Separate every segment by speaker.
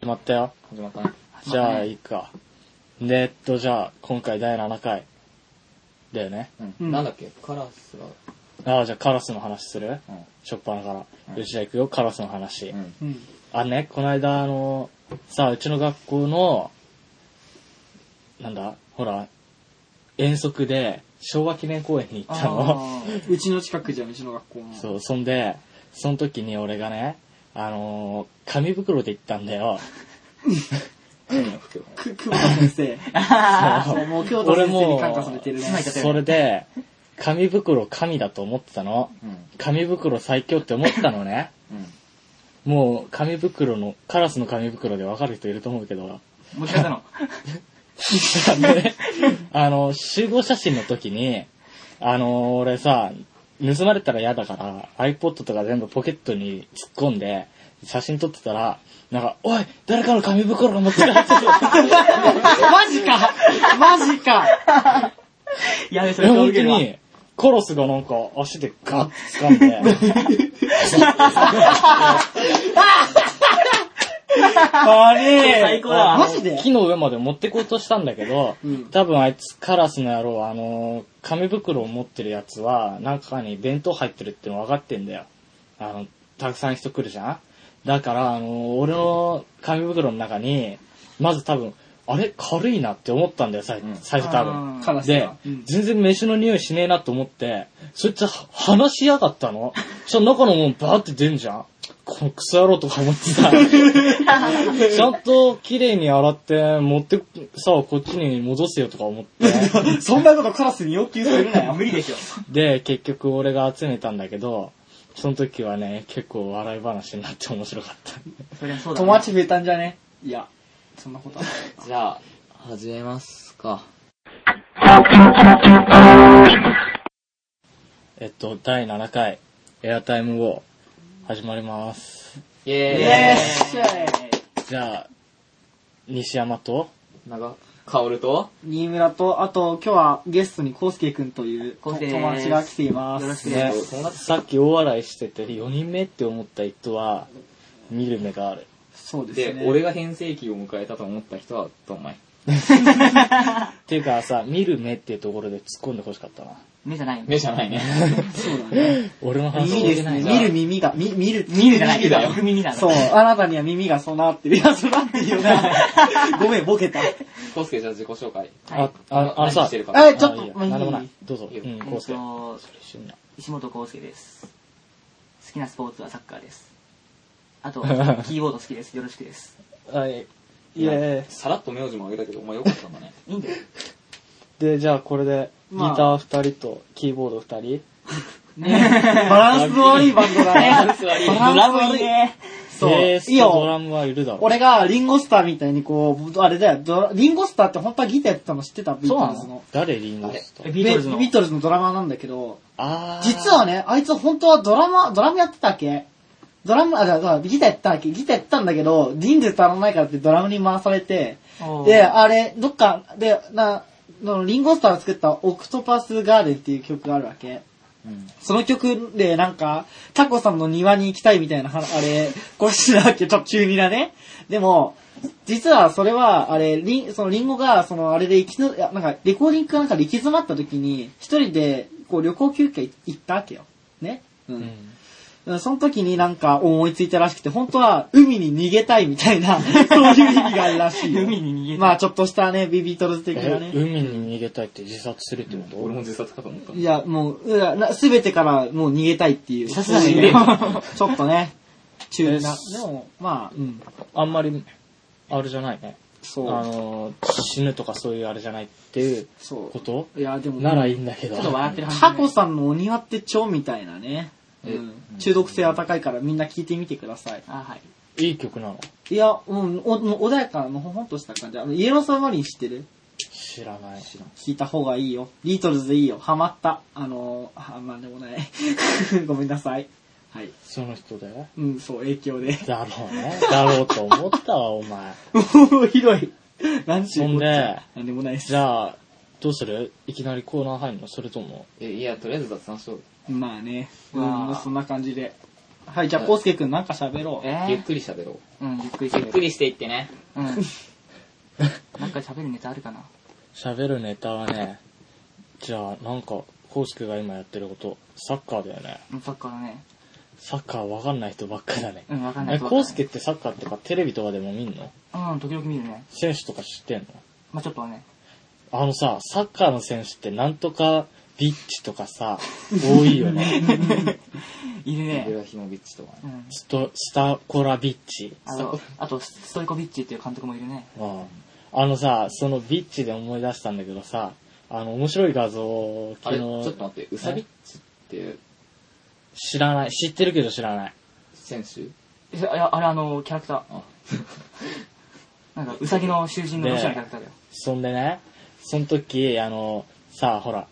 Speaker 1: 始まったよ。
Speaker 2: 始まったね。
Speaker 1: じゃあ、いいか。で、えっと、じゃあ、今回第7回。だよね。
Speaker 2: うん。なんだっけカラスが。
Speaker 1: ああ、じゃあカラスの話する
Speaker 2: うん。
Speaker 1: しょっぱなか
Speaker 2: う
Speaker 1: ら。
Speaker 2: ん
Speaker 1: よし、じゃあ行くよ、カラスの話。
Speaker 2: うん。
Speaker 3: うん。
Speaker 1: あね、この間、あの、さあ、うちの学校の、なんだ、ほら、遠足で昭和記念公園に行ったの。
Speaker 3: あーうちの近くじゃん、うちの学校の。
Speaker 1: そう、そんで、その時に俺がね、あのー紙袋で行ったんだよ。
Speaker 3: く、久保田先生。
Speaker 1: そう
Speaker 3: そうもう京都先生に感化されてるね。
Speaker 2: 俺もう
Speaker 1: それで、紙袋神だと思ってたの。
Speaker 2: うん。
Speaker 1: 紙袋最強って思ったのね。
Speaker 2: うん。
Speaker 1: もう紙袋の、カラスの紙袋でわかる人いると思うけど。
Speaker 3: もう一回やったの。
Speaker 1: であの、集合写真の時に、あの、俺さ、盗まれたら嫌だから、iPod とか全部ポケットに突っ込んで、写真撮ってたら、なんか、おい誰かの紙袋が持って帰って
Speaker 3: マジか マジかやべ、そ
Speaker 1: る
Speaker 3: れ
Speaker 1: 本
Speaker 3: 表
Speaker 1: 当
Speaker 3: 現は。
Speaker 1: に、コロスがなんか足でガッと掴んで、あれ
Speaker 3: 最高だわマジで
Speaker 1: 木の上まで持ってこうとしたんだけど、
Speaker 3: うん
Speaker 1: 多分あいつカラスの野郎、あのー、紙袋を持ってるやつは、中に弁当入ってるっての分かってんだよ。あの、たくさん人来るじゃんだから、あのー、俺の紙袋の中に、まず多分、あれ軽いなって思ったんだよ、最,、
Speaker 2: うん
Speaker 1: 最初多分。
Speaker 3: カラス
Speaker 1: で
Speaker 3: が。、うん
Speaker 1: 全然飯の匂いしねえなと思って、そいつは話しやがったの。そしたら中のもんバーって出んじゃん。このクソ野郎とか思ってさ、ちゃんと綺麗に洗って持ってさ、こっちに戻せよとか思って。
Speaker 3: そんなことカラスに要求するなよ。無理でしょ。
Speaker 1: で、結局俺が集めたんだけど、その時はね、結構笑い話になって面白かった。
Speaker 3: そりゃそうだ。
Speaker 2: 友。達増えたんじゃね
Speaker 3: いや、そんなことはない。
Speaker 2: じゃあ、始めますか。
Speaker 1: えっと、第7回、エアタイムを始まります。
Speaker 2: イ
Speaker 3: イ
Speaker 2: ェ
Speaker 3: エ
Speaker 2: ー
Speaker 3: ーイ
Speaker 1: じゃあ、西山と、
Speaker 2: イなんか、カオルと
Speaker 3: 新村と、あと、今日はゲストにコウスケくんという
Speaker 2: コウ
Speaker 3: 友
Speaker 2: スケです
Speaker 3: 達が来ています。
Speaker 2: よろしく
Speaker 1: ね
Speaker 2: えーそんな、
Speaker 1: さっき大笑いしてて4人目って思った人は見る目がある。
Speaker 3: そうです
Speaker 2: で
Speaker 3: ね。、
Speaker 2: 俺が変声期を迎えたと思った人は、どんまい。
Speaker 1: っていうかさ、見る目っていうところで突っ込んでほしかったな。
Speaker 4: 目じゃないの
Speaker 2: 目じゃないね。
Speaker 3: そうだね。
Speaker 1: 俺の話
Speaker 3: 耳ですね。
Speaker 2: じゃあ
Speaker 3: 見る耳が、み見る、
Speaker 4: 見るじゃない
Speaker 2: 見るだよ
Speaker 4: よ。耳なの。
Speaker 3: そう、あなたには耳が備わってる。いや、備わってるよな。ごめん、ボケた。え、
Speaker 2: コスケじゃあ自己紹介。
Speaker 1: あ、ああの
Speaker 2: 何
Speaker 1: さ
Speaker 2: して、るか。
Speaker 3: ちょっ
Speaker 1: あいいや
Speaker 3: と、
Speaker 1: なんでもない
Speaker 3: い。
Speaker 1: どうぞ。
Speaker 2: いいよ
Speaker 1: うん、
Speaker 4: えっ
Speaker 1: こうせ。
Speaker 4: と、
Speaker 1: 一緒にな
Speaker 4: 石本康介です。好きなスポーツはサッカーです。あと、キーボード好きです。よろしくです。
Speaker 1: はい。いえ
Speaker 2: さらっと名字も挙げたけど、お前よかったんだね。
Speaker 4: いいんだよ。
Speaker 1: で、じゃあこれで、ギタ
Speaker 3: まあ
Speaker 1: ー2人とキーボード2人。
Speaker 3: バランスの悪いバンドだね。
Speaker 4: ドラムいいね。
Speaker 3: そう。
Speaker 1: ベース
Speaker 3: いい
Speaker 1: とド
Speaker 3: よ。
Speaker 1: ラムはいるだろ。
Speaker 3: 俺がリンゴスターみたいにこう、あれだよ、ドラリンゴスターって本当はギターやってたの知ってたビートルズの。
Speaker 1: 誰リンゴスと
Speaker 4: え。ビ
Speaker 3: ビ
Speaker 4: ートルズの。
Speaker 3: ビートルズのドラマーなんだけど、
Speaker 1: あー。
Speaker 3: 実はね、あいつ本当はドラマ、ドラムやってたっけドラム、あ、だからギターやってたっけギターやってたんだけど、人数足らないからってドラムに回されて、
Speaker 4: おー
Speaker 3: で、あれ、どっか、で、な、のリンゴスターが作ったオクトパスガーデンっていう曲があるわけ。
Speaker 2: うん。
Speaker 3: その曲でなんか、タコさんの庭に行きたいみたいな、はあれ、これ知らなきゃちょっと急にだね。でも、実はそれは、あれ、リン、そのリンゴが、そのあれで行きの、いやなんか、レコーディングかなんかで行き詰まった時に、一人で、こう旅行休憩行ったわけよ。ね。う。
Speaker 1: うんん。
Speaker 3: その時になんか思いついたらしくて、本当は海に逃げたいみたいな、そういう意味があるらしいよ。
Speaker 4: 海に逃げたい
Speaker 3: まあちょっとしたね、ビビートルズ的な
Speaker 1: え
Speaker 3: ね。
Speaker 1: 海に逃げたいって自殺するってこと
Speaker 2: 俺も自殺かと思った。
Speaker 3: いや、もう、うわなすべてからもう逃げたいっていう。
Speaker 4: さすがに
Speaker 3: そういうちょっとね、 中
Speaker 1: え
Speaker 3: 二な。でも、まあ、うん。
Speaker 1: あんまり、あれじゃないね。あ
Speaker 3: そう。
Speaker 1: のー、死ぬとかそういうあれじゃないっていう
Speaker 3: そ
Speaker 1: こと
Speaker 3: う。いや、でも、
Speaker 1: ならいいんだけど。
Speaker 4: ちょっと笑ってる話。
Speaker 3: タコさんのお庭って蝶みたいなね。う
Speaker 2: え
Speaker 3: ん中毒性は高いからみんな聞いてみてください。
Speaker 4: あ、はい。
Speaker 1: いい曲なの
Speaker 3: いや、うん、おお穏やかなのほほんとした感じ。あの、イエローサーマリン知ってる
Speaker 1: 知らない。
Speaker 3: 聞いた方がいいよ。ビートルズでいいよ。ハマった。あの、あ、まあでもない。 ごめんなさい。はい。
Speaker 1: その人だよ。
Speaker 3: うん、そう、影響で。
Speaker 1: だろうね。だろうと思ったわ、お前。
Speaker 3: もうひどい。なんち
Speaker 1: そ
Speaker 3: ゅうんこっちゃ
Speaker 1: で、
Speaker 3: なんでもないです。
Speaker 1: じゃあ、どうするいきなりコーナー入るのそれとも。
Speaker 2: えいや、とりあえず雑談しよう。
Speaker 3: まあね。う
Speaker 4: まあ
Speaker 3: ん、そんな感じで。はい、じゃあ、
Speaker 2: うん
Speaker 3: コウスケくんなんか喋ろう。
Speaker 4: え
Speaker 2: ゆっくり喋ろう。
Speaker 4: ーうん、ゆっくりし
Speaker 2: ゆ
Speaker 4: て
Speaker 2: っ
Speaker 4: る
Speaker 2: くりしていってね。
Speaker 4: うん。なんか喋るネタあるかな
Speaker 1: 喋るネタはね、じゃあなんか、コウスケが今やってること、サッカーだよね。
Speaker 4: うんサッカーのね。
Speaker 1: サッカーわかんない人ばっかだね
Speaker 4: う。ん、わかんない
Speaker 1: え、
Speaker 4: とわ
Speaker 1: コウ
Speaker 4: か
Speaker 1: ス
Speaker 4: ん
Speaker 1: ケってサッカーとかテレビとかでも見んの
Speaker 4: ないうん、時々見るね。
Speaker 1: 選手とか知ってんの
Speaker 4: まあちょっとはね。
Speaker 1: あのさ、サッカーの選手ってなんとかビッチとかさ、多いよね。
Speaker 2: イ
Speaker 4: いる
Speaker 2: ブ
Speaker 4: ね。
Speaker 2: ラヒモビッチとかね。
Speaker 4: うん。
Speaker 1: スト、スタコラビッチ。
Speaker 4: あと、あと、ストイコビッチっていう監督もいるね。
Speaker 1: うんあのさ、そのビッチで思い出したんだけどさ、あの面白い画像を
Speaker 2: あ
Speaker 1: 昨
Speaker 2: れ、
Speaker 1: 日
Speaker 2: ちょっと待って、ウサビッチっていう
Speaker 1: 知らない。知ってるけど知らない。
Speaker 2: 選手
Speaker 4: いや、いやあれあの、キャラクター。
Speaker 2: あ、
Speaker 4: なんか、ウサギの囚人のロシアのキャラクターだよ。
Speaker 1: そんでね、その時、あの、さ、ほら、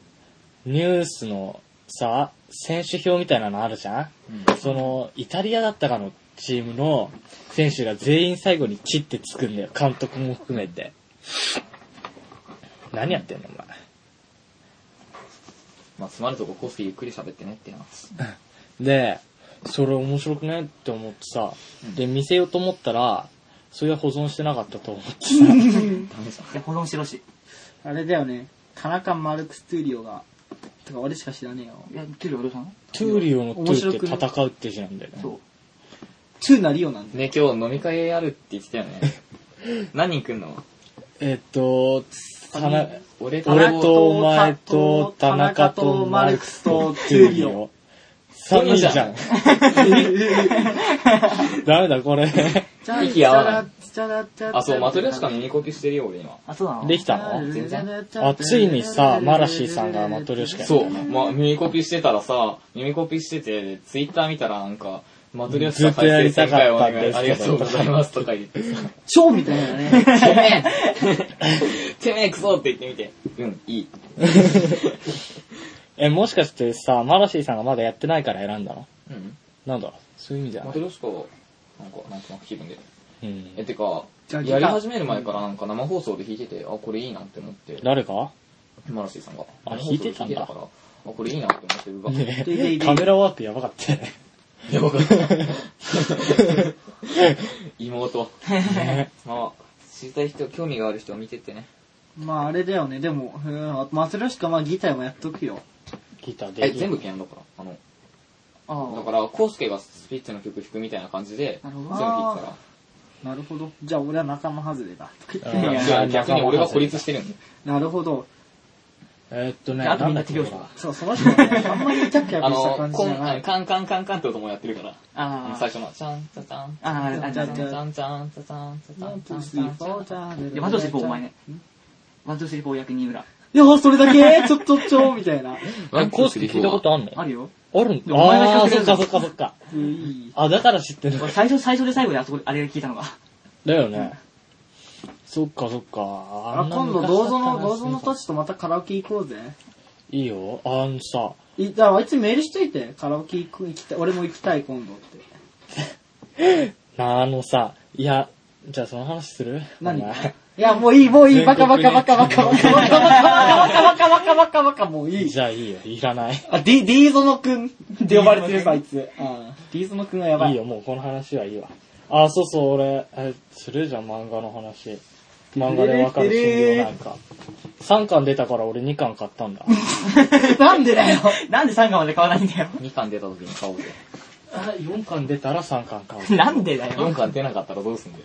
Speaker 1: ニュースのさ、選手表みたいなのあるじゃん
Speaker 2: うん。
Speaker 1: その、イタリアだったかのチームの選手が全員最後にチってつくんだよ。監督も含めて。何やってんのお前。
Speaker 2: まあ、つまるとこコースケゆっくり喋ってねってな。
Speaker 1: で、それ面白くねって思ってさ、で、見せようと思ったら、それは保存してなかったと思ってさ、
Speaker 2: ダメじゃん。
Speaker 4: いや、保存しろし。
Speaker 3: あれだよね。田中マルクス・トゥーリオが、とか俺しか知らねえよ。
Speaker 4: いや、給料どうしたの
Speaker 1: トゥーリオのト
Speaker 3: 面白
Speaker 1: ゥー
Speaker 3: くね
Speaker 1: って戦うって字なんだよね。
Speaker 4: そう。
Speaker 3: トゥーなリオなんだよ。
Speaker 2: ね、今日飲み会あるって言ってた よね。何人来んの
Speaker 1: えっと、田中
Speaker 2: 俺と、
Speaker 1: 俺とお前と田中とマルクスとトゥーリオ。三人じゃん。 ダメだ、これ。
Speaker 3: じゃあ、
Speaker 2: 息合わない
Speaker 3: じゃらじゃらじゃら
Speaker 2: あ、そう、マトリョーシカの耳呼吸してるよ、俺今。
Speaker 4: あ、そうなの
Speaker 1: できたの
Speaker 2: 全然
Speaker 1: あ、ついにさ、マラシーさんがマトリョシカやった
Speaker 2: そう、まあ、耳コピーしてたらさ、耳コピーしてて、ツイッター見たらなんか、マトリョーシカ再生1000回お願いありがとうございますとか言ってさ、
Speaker 3: 超みたいなね。
Speaker 2: てめえ、てめえクソって言ってみて、うん、いい。
Speaker 1: え、もしかしてさ、マラシーさんがまだやってないから選んだの
Speaker 2: うん。
Speaker 1: なんだそういう意味じゃな
Speaker 2: マ
Speaker 1: い
Speaker 2: トリョーシカ、なんか、なんとなく気分で。
Speaker 1: うん
Speaker 2: え、。てか、
Speaker 3: じゃ
Speaker 2: や
Speaker 3: あ
Speaker 2: り始める前からなんか生放送で弾いてて、あ、これいいなって思って、
Speaker 1: 誰か
Speaker 2: マラシーさんが。
Speaker 1: あ弾いてたんだ
Speaker 2: 生放送で弾いてたから、あ、これいいなって思って、うわ、
Speaker 1: ね
Speaker 3: ででで
Speaker 1: カメラワークやばかったよ ね。
Speaker 2: やばかった。妹。 まあ、知りたい人、興味がある人は見てってね。
Speaker 3: まああれだよね。でも、うん、マトリョシカまあギターもやっとくよ。
Speaker 1: ギターで
Speaker 2: え、
Speaker 1: きる。
Speaker 2: 全部ピアノだから。あの、
Speaker 4: ああ。
Speaker 2: だから、コウスケがスピッツの曲弾くみたいな感じで、
Speaker 4: な
Speaker 2: 全
Speaker 4: るほ
Speaker 2: 部
Speaker 4: ど
Speaker 2: 弾いてたら。
Speaker 3: なるほど。じゃあ俺は仲間外れだ。
Speaker 1: うん
Speaker 4: いや
Speaker 2: じゃあ逆に俺が孤立してるんだ。
Speaker 3: なるほど。
Speaker 1: えーっとね、
Speaker 4: じゃああと
Speaker 1: な
Speaker 4: み
Speaker 1: ん
Speaker 4: ん
Speaker 1: だ
Speaker 4: な
Speaker 1: っけ
Speaker 4: 手拍子だ
Speaker 1: な
Speaker 3: そう、その人はね、あんまりキャピキャ
Speaker 2: あ
Speaker 3: ピした
Speaker 2: の、
Speaker 3: 感じ
Speaker 2: こ
Speaker 3: じ
Speaker 2: ん
Speaker 3: ゃな
Speaker 2: あの
Speaker 3: い。
Speaker 2: カンカンカンカンって音もやってるから。
Speaker 4: ああ。
Speaker 2: 最初の、チャン、チャチャン。
Speaker 4: ああ、あれ、あれ、
Speaker 3: じゃあじ
Speaker 2: チ
Speaker 3: ゃあ
Speaker 2: ャンチャン、チャチャン、チャチャン、チャンチャン、チャン。
Speaker 4: い
Speaker 3: い
Speaker 4: や、ワン、ツー、スリー、フォー、お前ね。ワン、ツー、スリー、フォー、役人裏。
Speaker 3: いや、それだけちょっとちょ、みたいな。
Speaker 1: え、コースケ聞いたことあんの
Speaker 4: あるよ。
Speaker 1: あるん
Speaker 4: やお前が
Speaker 1: あ
Speaker 4: 聞
Speaker 1: ー、
Speaker 4: いて
Speaker 1: そっか
Speaker 4: る
Speaker 1: そっかそっか。
Speaker 3: うい
Speaker 1: あ、だから知ってる
Speaker 4: 俺、最初、最初で最後であそこ、あれ聞いたのが。
Speaker 1: だよね。そっかそっか。あ
Speaker 3: あ、
Speaker 1: んな
Speaker 3: 今度、
Speaker 1: 昔
Speaker 3: 銅
Speaker 1: だ
Speaker 3: 像
Speaker 1: っ
Speaker 3: の、
Speaker 1: たな
Speaker 3: 銅像のたちとまたカラオケ行こうぜ。
Speaker 1: いいよ。あのさ、
Speaker 3: い、だからあいつメールしといて、カラオケ行く、行きたい、俺も行きたい、今度って。
Speaker 1: あのさ、いや、じゃあその話する
Speaker 3: 何
Speaker 1: お
Speaker 3: い
Speaker 1: 前
Speaker 3: や、もういい、もういい、
Speaker 1: 全
Speaker 3: バカ
Speaker 1: 国
Speaker 3: バカバカバカバカバカバカバカバカバカバカバカもういい。
Speaker 1: じゃあいいよ。いらない。
Speaker 3: あ、D、D ゾノくんって呼ばれてるさ、あいつ。あ D ゾノくんはやば
Speaker 1: いい
Speaker 3: い。
Speaker 1: よ、もうこの話はいいわ。あ、そうそう、俺、え、するじゃん、漫画の話。漫画でわかる診療なんか。3巻出たから俺2巻買ったんだ。
Speaker 3: なんでだよ。
Speaker 4: なんで3巻まで買わないんだよ。
Speaker 2: 2巻出た時に買おうぜ。
Speaker 1: あ、4巻出たら3巻買う。違
Speaker 4: なんでだ
Speaker 2: 4
Speaker 4: よ。
Speaker 2: 巻出なかったらどうすんだよ。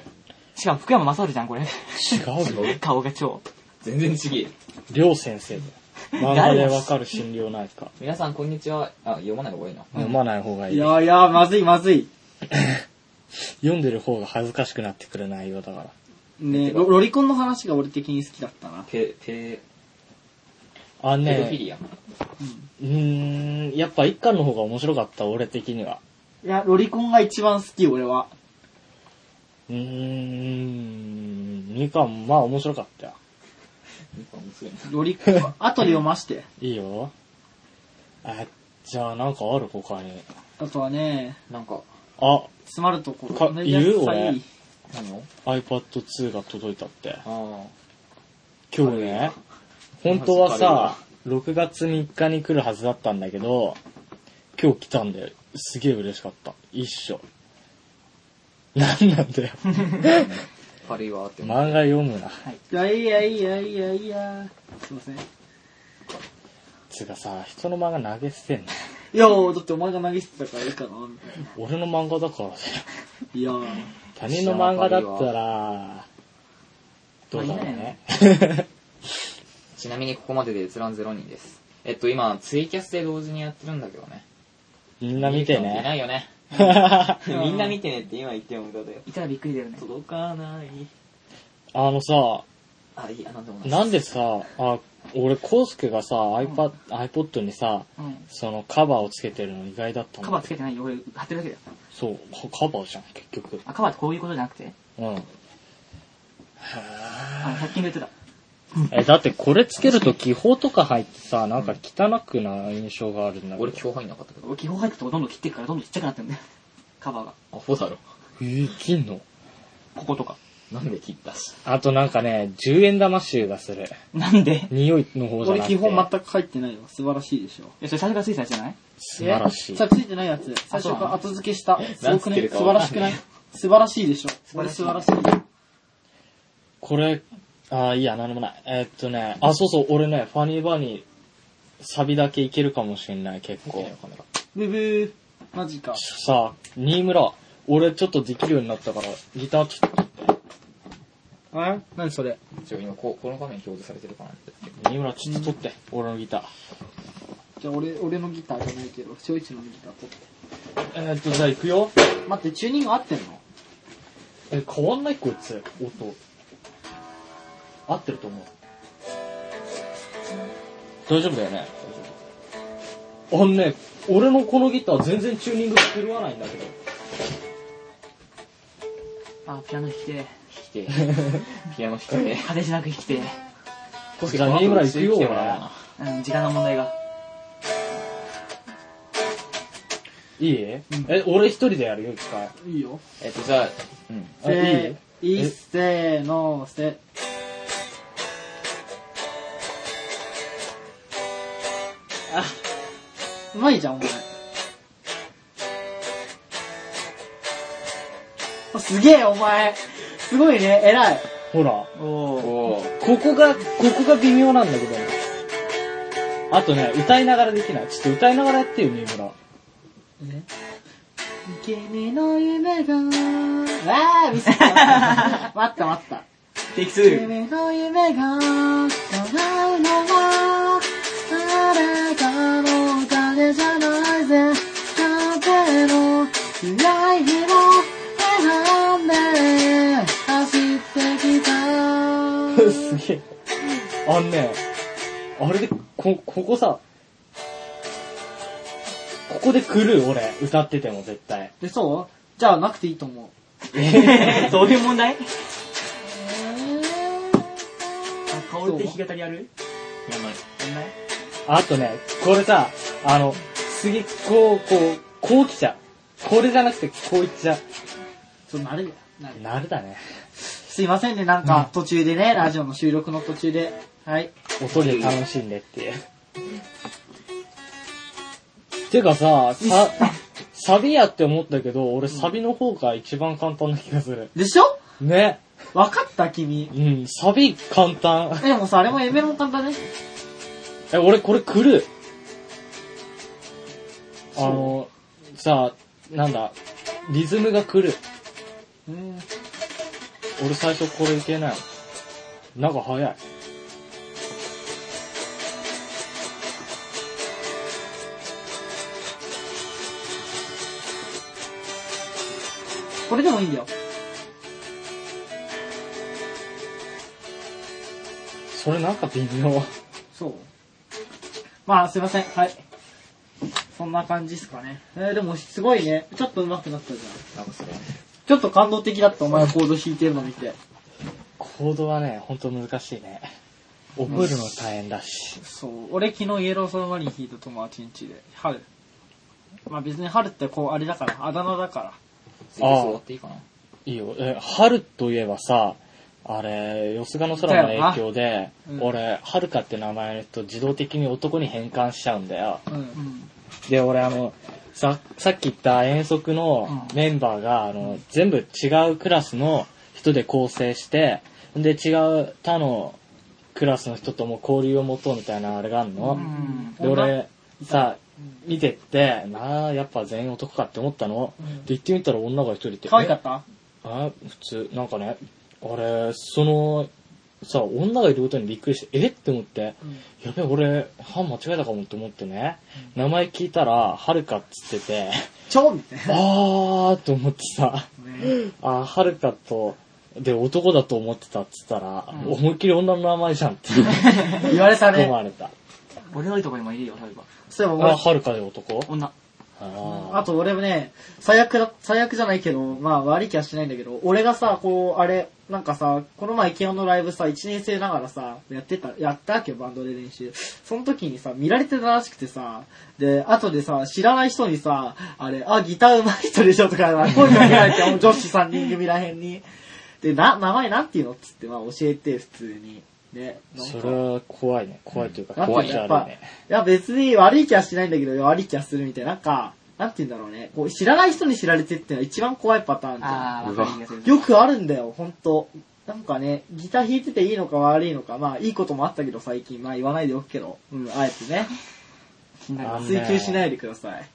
Speaker 4: しかも、福山雅治じゃん、これ。
Speaker 1: うよ。
Speaker 4: 顔が超。
Speaker 2: 全然ちげえよ。
Speaker 1: りょう先生だよ。漫画でわかる診療内科。
Speaker 2: 皆さん、こんにちは。あ、読まない方がいいな。
Speaker 1: 読まない方がい
Speaker 3: い
Speaker 1: い。
Speaker 3: やいや、まずいまずい。
Speaker 1: 読んでる方が恥ずかしくなってくる内容だから。
Speaker 3: ねロロリコンの話が俺的に好きだったな。
Speaker 2: ペ、ペ、
Speaker 1: あの
Speaker 2: ペドフィ
Speaker 1: ね、
Speaker 2: リア。
Speaker 1: うーん、やっぱ1巻の方が面白かった、俺的には。
Speaker 3: いや、ロリコンが一番好き、俺は。
Speaker 1: うーん、2巻、まあ面白かったよ。
Speaker 2: 2巻面白いな。
Speaker 3: ロリコン、後で読まして。
Speaker 1: いいよ。え、じゃあなんかある他に。
Speaker 3: あとはね、
Speaker 2: なんか、
Speaker 1: あ、
Speaker 3: 詰まるとこ
Speaker 1: か
Speaker 3: ろ。
Speaker 1: 言う
Speaker 3: 野菜
Speaker 1: 俺
Speaker 2: 何を
Speaker 1: iPad 2が届いたって。
Speaker 2: ああ。
Speaker 1: 今日ね、本当はさ、6月3日に来るはずだったんだけど、今日来たんで、すげえ嬉しかった。一緒。なんなん だよ。
Speaker 2: パリはあって。
Speaker 1: 漫画読むな。
Speaker 3: いやいやいやいやいや。すいません。い
Speaker 1: つうかさ、人の漫画投げ捨てんの。
Speaker 3: やー、だってお前が投げ捨てたからいいかな、みたいな。
Speaker 1: 俺の漫画だからね。
Speaker 3: いやー。
Speaker 1: 他人の漫画だったら、どうだろうね。
Speaker 2: ちなみにここまでで閲覧0人です。えっと、今、ツイキャスで同時にやってるんだけどね。
Speaker 1: みんな見て
Speaker 2: 見
Speaker 1: ね。
Speaker 2: ないよ ね。 みんな見てねって今言っても無駄だよ。
Speaker 4: いたらびっくりだよね。
Speaker 2: 届かない。
Speaker 1: あのさ、
Speaker 2: あ、いいや、なんでもない。
Speaker 1: なんでさ、あ、俺、コウスケがさ、iPad、iPod にさ、
Speaker 4: うん。
Speaker 1: そのカバーをつけてるの意外だった
Speaker 4: カ
Speaker 1: ん
Speaker 4: バー
Speaker 1: だ
Speaker 4: つけてないよ。俺、貼ってるだけだよ。
Speaker 1: そう、カバーじゃん、結局。
Speaker 4: あ、カバーってこういうことじゃなくて。
Speaker 1: うん。
Speaker 4: あの、100均で売ってた。
Speaker 1: え、だってこれつけると気泡とか入ってさ、なんか汚くな印象があるんだけど。
Speaker 2: 俺、今日入んなかったけど。
Speaker 4: 俺、基本入ったとこどんどん切っていくから、どんどんちっちゃくなってんだよ。カバーが。
Speaker 2: アホだろ。
Speaker 1: えー、切んの
Speaker 4: こことか。
Speaker 2: なんで切ったし。
Speaker 1: あとなんかね、10円玉臭がする。
Speaker 4: なんでい
Speaker 1: 匂いの方じゃ
Speaker 3: 俺
Speaker 1: なくて。
Speaker 3: 基本全く入ってないよ。素晴らしいでしょ。
Speaker 4: や、それ最初からついたやつじゃない
Speaker 1: 素晴らしい
Speaker 3: え。さ、ついてないやつ。最初から後付けした。すごく
Speaker 2: なんつって
Speaker 3: ね。
Speaker 2: るか
Speaker 3: 素晴らしくない素晴らしいでしょ。
Speaker 4: 素晴
Speaker 3: 俺
Speaker 4: らしい
Speaker 3: 素晴らしい。
Speaker 1: これ、あーいいや、なんでもない。えーっとね、あ、そうそう、俺ね、ファニーバーニー、サビだけいけるかもしれない、結構。
Speaker 3: ブブー。マジか。
Speaker 1: さあ、新村、俺ちょっとできるようになったから、ギターちょっと、
Speaker 3: え何それ
Speaker 2: 一応今こ、この画面表示されてるかなって。
Speaker 1: 新村ちょっと取って、俺のギター。
Speaker 3: じゃあ俺、俺のギターじゃないけど、翔一のギター取って。
Speaker 1: えーっと、じゃあ行くよ。
Speaker 3: 待って、チューニング合ってんの
Speaker 1: え、変わんないこいつ、音。合ってると思う。大丈夫だよねあのね、俺のこのギター全然チューニング狂わないんだけど。
Speaker 4: あ、ピアノ弾きてえ。
Speaker 2: きて、ピアノ弾いて。
Speaker 4: 果てしなく弾きてえ。
Speaker 2: コ
Speaker 1: じゃあ新村行くよ
Speaker 2: 来てもらえないかな
Speaker 4: うん、時間の問題が。
Speaker 1: いい、え、俺一人でやるよ、一回。
Speaker 3: いいよ。
Speaker 2: えっと、じゃあ、うん。
Speaker 1: あいい
Speaker 3: せー、いっせーのせ。あ、うまいじゃん、お前。あすげえ、お前。すごいね、偉い。
Speaker 1: ほら、
Speaker 4: おー。
Speaker 2: おー。
Speaker 1: ここが、ここが微妙なんだけど。あとね、歌いながらできない。ちょっと歌いながらやってよ、新村。
Speaker 3: 君の夢が、わー、ミス った。待った待った。
Speaker 4: テイク2。
Speaker 3: 君の夢が叶うのは誰かのおかげじゃないぜ風の暗い日を選んで走ってき た
Speaker 1: すげえ。あんね、あれで、こ、ここさ、ここで狂う、俺。歌ってても絶対。
Speaker 3: でそうじゃあなくていいと思う
Speaker 4: そういう問題あ、香りって弾き語りある
Speaker 2: やばい。
Speaker 4: やんない
Speaker 1: あとね、これさ、あの、すげえ、こう、こう、こう来ちゃう。これじゃなくて、こういっちゃ
Speaker 3: そうなるよなる
Speaker 1: う。なるだね。
Speaker 3: すいませんねなんか途中でね、ラジオの収録の途中ではい
Speaker 1: 音で楽しんでっていう。てかさ、さ、サビやって思ったけど、俺サビの方が一番簡単な気がする。
Speaker 3: でしょ
Speaker 1: ね。
Speaker 3: わかった君
Speaker 1: うん、サビ簡単。
Speaker 3: でもさあれも A メロも簡単ね
Speaker 1: え、俺これ狂う。あの、さあ、なんだ、リズムが狂う。
Speaker 3: うん
Speaker 1: 俺最初これいけない。なんか早い。
Speaker 3: これでもいいんだよ
Speaker 1: それなんか微妙。
Speaker 3: そう。まあ、すいません。はい。そんな感じですかね。えー、でも、すごいね。ちょっと上手くなったじゃん。
Speaker 2: なんかそれ。
Speaker 3: ちょっと感動的だった、お前がコード弾いてるの見て。
Speaker 1: コードはね、ほんと難しいね。覚えるの大変だし。
Speaker 3: そう。俺、昨日イエローソーマリン弾いた友達んちで。春。まあ、別に春ってこう、あれだから、あだ名だから。
Speaker 2: ツイキャス終わっていいかない
Speaker 1: いよ。え、春といえばさ、あれ、よすがの空の影響で、
Speaker 3: うん
Speaker 1: 俺、春香って名前と自動的に男に変換しちゃうんだよ。
Speaker 3: うん。
Speaker 1: で、俺あの、さ、さっき言った遠足のメンバーが、あの、全部違うクラスの人で構成して、で、違う他のクラスの人とも交流を持とうみたいなあれがあるの。
Speaker 4: うん。
Speaker 1: で、俺、さ、見てって、なあ、やっぱ全員男かって思ったの。で、行ってみたら女が一人いて。
Speaker 3: 可愛かった
Speaker 1: あ普通、なんかね、あれ、その、さ、女がいることにびっくりして、えって思って、やべえ、俺、班間違えたかもって思ってね、名前聞いたら、はるかっつってて、
Speaker 3: 超みた いな。
Speaker 1: あーと思ってさ、あー、はるかと、で、男だと思ってたっつったら、思いっきり女の名前じゃんって
Speaker 3: 言われた
Speaker 1: 思
Speaker 3: ね。
Speaker 1: われた。
Speaker 4: 俺のいとこにもいるよ、例えば。
Speaker 3: そういえば
Speaker 1: あ、
Speaker 3: 俺
Speaker 1: はるかで男
Speaker 4: 女。
Speaker 1: あ
Speaker 3: あと俺もね、最悪だ、最悪じゃないけど、まあ悪い気はしないんだけど、俺がさ、こう、あれ、なんかさ、この前、ケオのライブさ、1年生ながらさ、やってた、やったわけよ、バンドで練習。その時にさ、見られてたらしくてさ、で、後でさ、知らない人にさ、あれ、あ、ギター上手い人でしょと か、声かけられて、女子3人組らへんに。で、な、名前なんていうのっつって、まあ教えて、普通に。ね、
Speaker 1: ー
Speaker 3: なんか
Speaker 1: それは怖いね。怖いという
Speaker 3: な
Speaker 1: か、
Speaker 3: んて
Speaker 1: 怖
Speaker 3: う
Speaker 1: い
Speaker 3: の
Speaker 1: じ
Speaker 3: や
Speaker 1: ゃ
Speaker 3: っ
Speaker 1: あ
Speaker 3: ぱ、
Speaker 1: るね。
Speaker 3: いや別に悪い気はしないんだけど、悪い気はするみたいな。なんか、なんて言うんだろうね。こう知らない人に知られてってのは一番怖いパターンじゃ
Speaker 4: あー、わかる気がする
Speaker 3: ん。。よくあるんだよ、ほんと。なんかね、ギター弾いてていいのか悪いのか、まあいいこともあったけど最近、まあ言わないでおくけど、うん、あえてね、
Speaker 4: 気になる
Speaker 1: あのね
Speaker 3: 追求しないでください。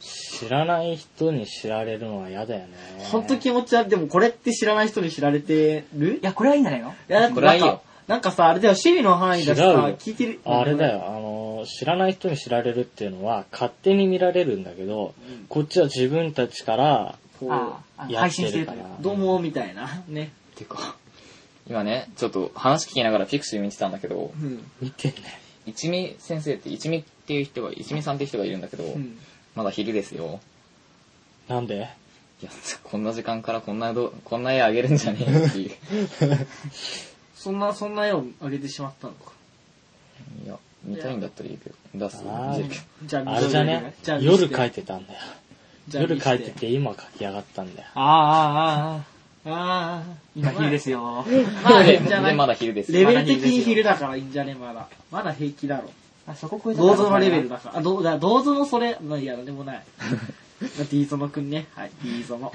Speaker 1: 知らない人に知られるのは嫌だよね。
Speaker 3: ほんと気持ち悪い。でもこれって知らない人に知られてる
Speaker 4: いや、これはいいんじゃないの
Speaker 3: いや、だって
Speaker 2: これは
Speaker 3: ないん
Speaker 2: いよ
Speaker 3: か、なんかさ、あれだよ、趣味の範囲だしさ
Speaker 1: 違うよ、
Speaker 3: 聞いてる。
Speaker 1: あれだ
Speaker 3: よ。
Speaker 1: よ、あの、知らない人に知られるっていうのは、勝手に見られるんだけど、こっちは自分たちから、
Speaker 3: こ
Speaker 4: あ
Speaker 3: う、
Speaker 4: あ、
Speaker 1: や
Speaker 4: 配
Speaker 1: っ
Speaker 4: 信しててる
Speaker 1: るか
Speaker 4: からら。。
Speaker 3: どうも、みたいな。ね。
Speaker 2: てか、今ね、ちょっと話聞きながらピクシー見てたんだけど、
Speaker 3: うん。
Speaker 1: 見てね。
Speaker 2: 一味先生って、一味っていう人が、一味さんっていう人がいるんだけど、
Speaker 3: うん。
Speaker 2: まだ昼ですよ。
Speaker 1: なんで
Speaker 2: いや、こんな時間からこんなど、こんな絵あげるんじゃねえよっていう。
Speaker 3: そんな、そんな絵を上げてしまったのか。
Speaker 2: いや、見たいんだったらいいけど、出す。
Speaker 1: あー
Speaker 2: 見せる
Speaker 3: じゃあ、
Speaker 1: あれじゃね
Speaker 3: じゃあ、
Speaker 1: 夜書
Speaker 3: 描
Speaker 1: いてたんだよ。夜書いて。て今書き上がったんだよ。
Speaker 4: ああ、ああ、ああ。
Speaker 3: あ
Speaker 4: 今、昼ですよ。
Speaker 3: あ。まあ、いいん
Speaker 2: け
Speaker 3: じゃ
Speaker 2: ど。
Speaker 3: な
Speaker 2: で、
Speaker 3: い
Speaker 2: まだ昼です
Speaker 3: レ
Speaker 2: よ。
Speaker 3: ベル的に昼だからいいんじゃねまだ。まだ平気だろ。
Speaker 4: あ、そこ超え
Speaker 3: 銅像のレベルだから。あ、どう、だ銅像もそれ、まあいいや、でもない。だって、いいぞのくんね。はい、いいぞの。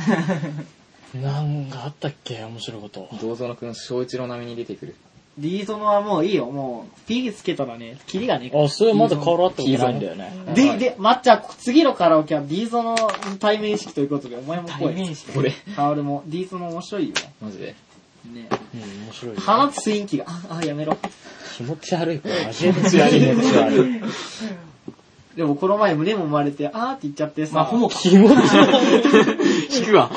Speaker 1: なんかあったっけ面白いこと。
Speaker 2: 銅像のくん、小一郎並みに出てくる。
Speaker 3: D ゾノはもういいよ、もう、P つけたらね、キリがね。
Speaker 1: あ、それまだ変わらってことないんだよね。
Speaker 3: で、で、まっちゃん、次のカラオケは D ゾノ対面式ということで、お前も来
Speaker 4: 対面
Speaker 3: い。
Speaker 4: 式。
Speaker 2: 俺、
Speaker 3: カオルも、D ゾノ面白いよ。
Speaker 2: マジで。
Speaker 3: ね。
Speaker 1: うん、面白いよ。
Speaker 3: 放つ雰囲気が、あ、あやめろ。
Speaker 1: 気持ち悪い。これ、味気持ち悪い。気持ち悪い。
Speaker 3: でもこの前胸も生まれて、あーって言っちゃってさ、
Speaker 4: まあ、ほぼ、
Speaker 1: 気持ち悪い。
Speaker 2: 引くわ。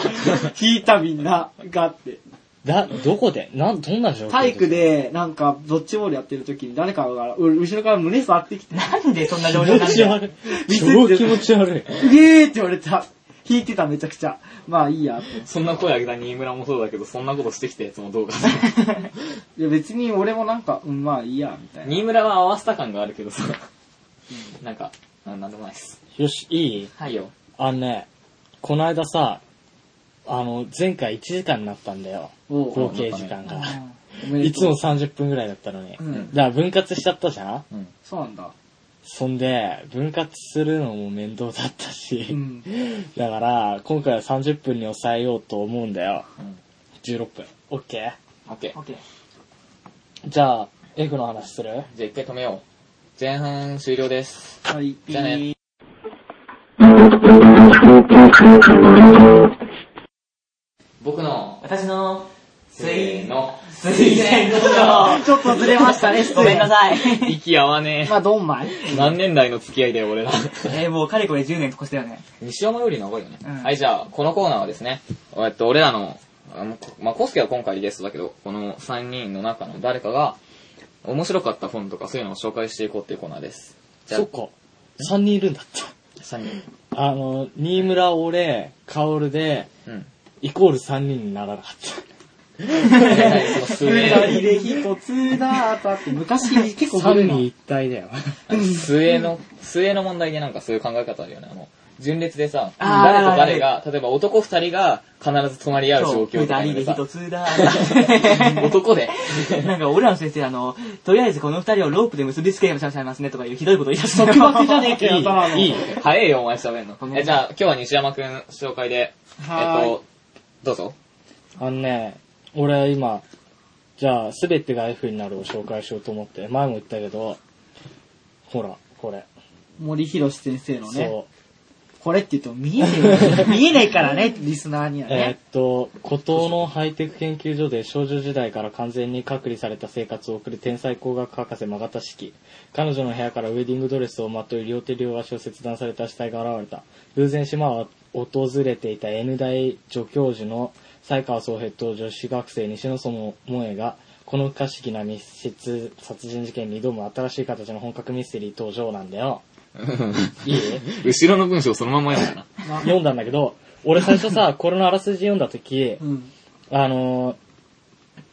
Speaker 3: 引いたみんな、があって。
Speaker 1: だ、どこでなん、どんな状況
Speaker 3: 体育。で、なんか、ドッジボールやってる時に誰かが、う後ろから胸触ってきて、
Speaker 4: なんでそんな
Speaker 1: 気
Speaker 4: 同僚
Speaker 1: 持
Speaker 4: なん
Speaker 1: ち
Speaker 4: だよ。
Speaker 1: 悪い。超気持ち悪い。
Speaker 3: うげーって言われた。引いてためちゃくちゃ。まあいいやって。
Speaker 2: そんな声上げた新村もそうだけど、そんなことしてきたやつもどうかな。
Speaker 3: いや別に俺もなんか、うん、まあいいや、み たいな。
Speaker 2: 新村は合わせた感があるけどさ。なんか、あなんでもないっす。
Speaker 1: よし、いい
Speaker 2: はいよ。
Speaker 1: あのね、この間さ、あの、前回1時間になったんだよ。
Speaker 3: おう
Speaker 1: 合計時間が。
Speaker 3: おめで
Speaker 1: いつ
Speaker 3: とう
Speaker 1: も30分ぐらいだったのに。だ
Speaker 3: う
Speaker 1: か
Speaker 3: ん。
Speaker 1: ら分割しちゃったじゃん
Speaker 2: うん。
Speaker 3: そうなんだ。
Speaker 1: そんで、分割するのも面倒だったし、
Speaker 3: うん。
Speaker 1: だから、今回は30分に抑えようと思うんだよ。
Speaker 2: うん。
Speaker 1: 16分。OK?
Speaker 2: オッケー
Speaker 4: オ。ッケー。
Speaker 1: じゃあ、F の話する
Speaker 2: じゃあ一回止めよう。前半終了です。
Speaker 3: はい。
Speaker 2: じゃあね。僕の、
Speaker 4: 私の、
Speaker 2: せーの。
Speaker 4: 推薦の、
Speaker 3: ちょっとずれましたね、
Speaker 4: ごめんなさい。
Speaker 2: 息合わね
Speaker 3: まあ、どんまい。
Speaker 2: え。何年来の付き合いだよ、 俺ら。
Speaker 4: えー、もう、かれこれ10年越したよね。
Speaker 2: 西山より長いよね。
Speaker 4: うん
Speaker 2: はい、じゃあ、このコーナーはですね、えっと、俺らの、あのこまあ、コスケは今回ゲストだけど、この3人の中の誰かが、面白かった本とかそういうのを紹介していこうっていうコーナーです。じゃあ
Speaker 1: そっ、か。3人いるんだった。
Speaker 2: 3人。
Speaker 1: あの、新村、俺、薫で、
Speaker 2: うん。
Speaker 1: イコール3人にならなかった。
Speaker 2: はいその数
Speaker 3: 二
Speaker 2: 名、
Speaker 3: で一つだーとあって、昔結構古
Speaker 1: 3
Speaker 3: いの
Speaker 1: 人一体だよ。
Speaker 2: あの数名の、数名の問題でなんかそういう考え方あるよね。あの、純烈でさ、
Speaker 4: あー
Speaker 2: 誰と誰が、例えば男二人が必ず隣り合う状
Speaker 4: そう、
Speaker 2: 況
Speaker 4: 二
Speaker 2: とか
Speaker 4: 人
Speaker 2: で
Speaker 4: で
Speaker 2: さ
Speaker 4: 一、つだ。
Speaker 2: 男で、
Speaker 4: なんか、俺らの先生、あの、とりあえずこの二人をロープで結びつければしゃいますねとかいうひどいこと言い出すの。
Speaker 3: 束縛じゃねえかよ、ただの。
Speaker 1: いい。
Speaker 2: 早いよお前喋んの
Speaker 4: ご。めん
Speaker 2: え、じゃあ今日は西山くん紹介で、えっ
Speaker 3: はーい
Speaker 2: と、どうぞ。
Speaker 1: あのね、俺今、じゃあ、すべてが F になるを紹介しようと思って、前も言ったけど、ほら、これ。
Speaker 3: 森博先生のね、
Speaker 1: そう。
Speaker 3: これって言っても見え ねえよ見えねえからね、リスナーには
Speaker 1: えーっ
Speaker 3: ね。
Speaker 1: と、孤島のハイテク研究所で少女時代から完全に隔離された生活を送る天才工学博士マ田式。彼女の部屋からウェディングドレスをまとい両手両足を切断された死体が現れた。偶然島を訪れていた N 大助教授の才川総平と女子学生西野園萌えが、この不可思議な密室殺人事件に挑む新しい形の本格ミステリー登場なんだよ。いい
Speaker 2: 後ろの文章そのまま読んだな。
Speaker 1: 読んだんだけど、俺最初さ、これのあらすじ読んだ時、
Speaker 3: うん。
Speaker 1: あの、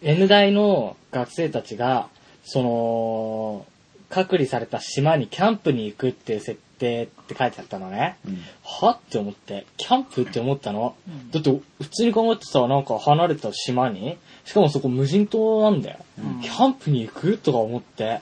Speaker 1: N 大の学生たちが、その、隔離された島にキャンプに行くっていう設定って書いてあったのね。はって思って、キャンプって思ったの。だって、普通に考えてさ、なんか離れた島に、しかもそこ無人島なんだよ。キャンプに行くとか思って。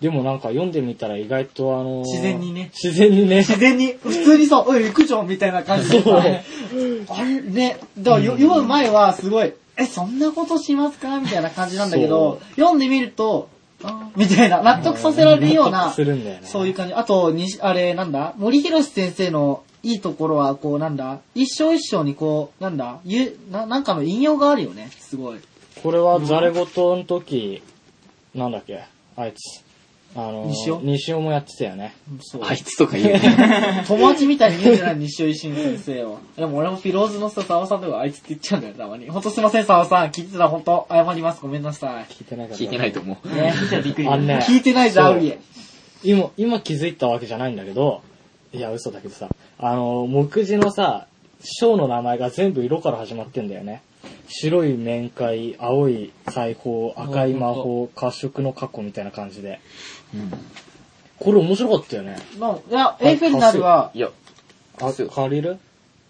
Speaker 1: でもなんか読んでみたら意外とあの
Speaker 3: 自然にね
Speaker 1: 自然に ね。
Speaker 3: 自然に、普通にさ、おい、行くじゃんみたいな感じでさ、あれね、だからよ読む前はすごい、え、そんなことしますかみたいな感じなんだけど、読んでみると、あーみたいな、納得させられるよう
Speaker 1: 納
Speaker 3: な
Speaker 1: 得、するんだよね。
Speaker 3: そういう感じ。あと、にあれ、なんだ森博先生のいいところは、こう、なんだ一章一章にこう、なんだゆななんかの引用があるよね。すごい。
Speaker 1: これはザレ事の時、なんだっけ、あいつ。あのー、
Speaker 3: 西尾
Speaker 1: 西尾もやってたよね。
Speaker 3: そう。
Speaker 2: あいつとか言うね。
Speaker 3: 友達みたいに言うんじゃない西尾維新先生を。でも俺もフィローズのさ、沢さんとかあいつって言っちゃうんだよ、たまに。ほんとすいません、沢さん。聞いてたらほんと謝ります。ごめんなさい。
Speaker 1: 聞いてないから。
Speaker 2: 聞いてないと思う。、
Speaker 3: ね。
Speaker 4: 聞いたらびっくり
Speaker 1: あんね
Speaker 3: 聞いてないぞ、
Speaker 1: そう
Speaker 3: アウイエ。
Speaker 1: 今、今気づいたわけじゃないんだけど、いや、嘘だけどさ、あのー、目次のさ、章の名前が全部色から始まってんだよね。白い面会、青い裁縫、赤い魔法、褐色の過去みたいな感じで。これ面白かったよね。
Speaker 3: の、いや、エイフェルナルはい
Speaker 2: や、
Speaker 1: あ、
Speaker 2: そう
Speaker 1: 借りる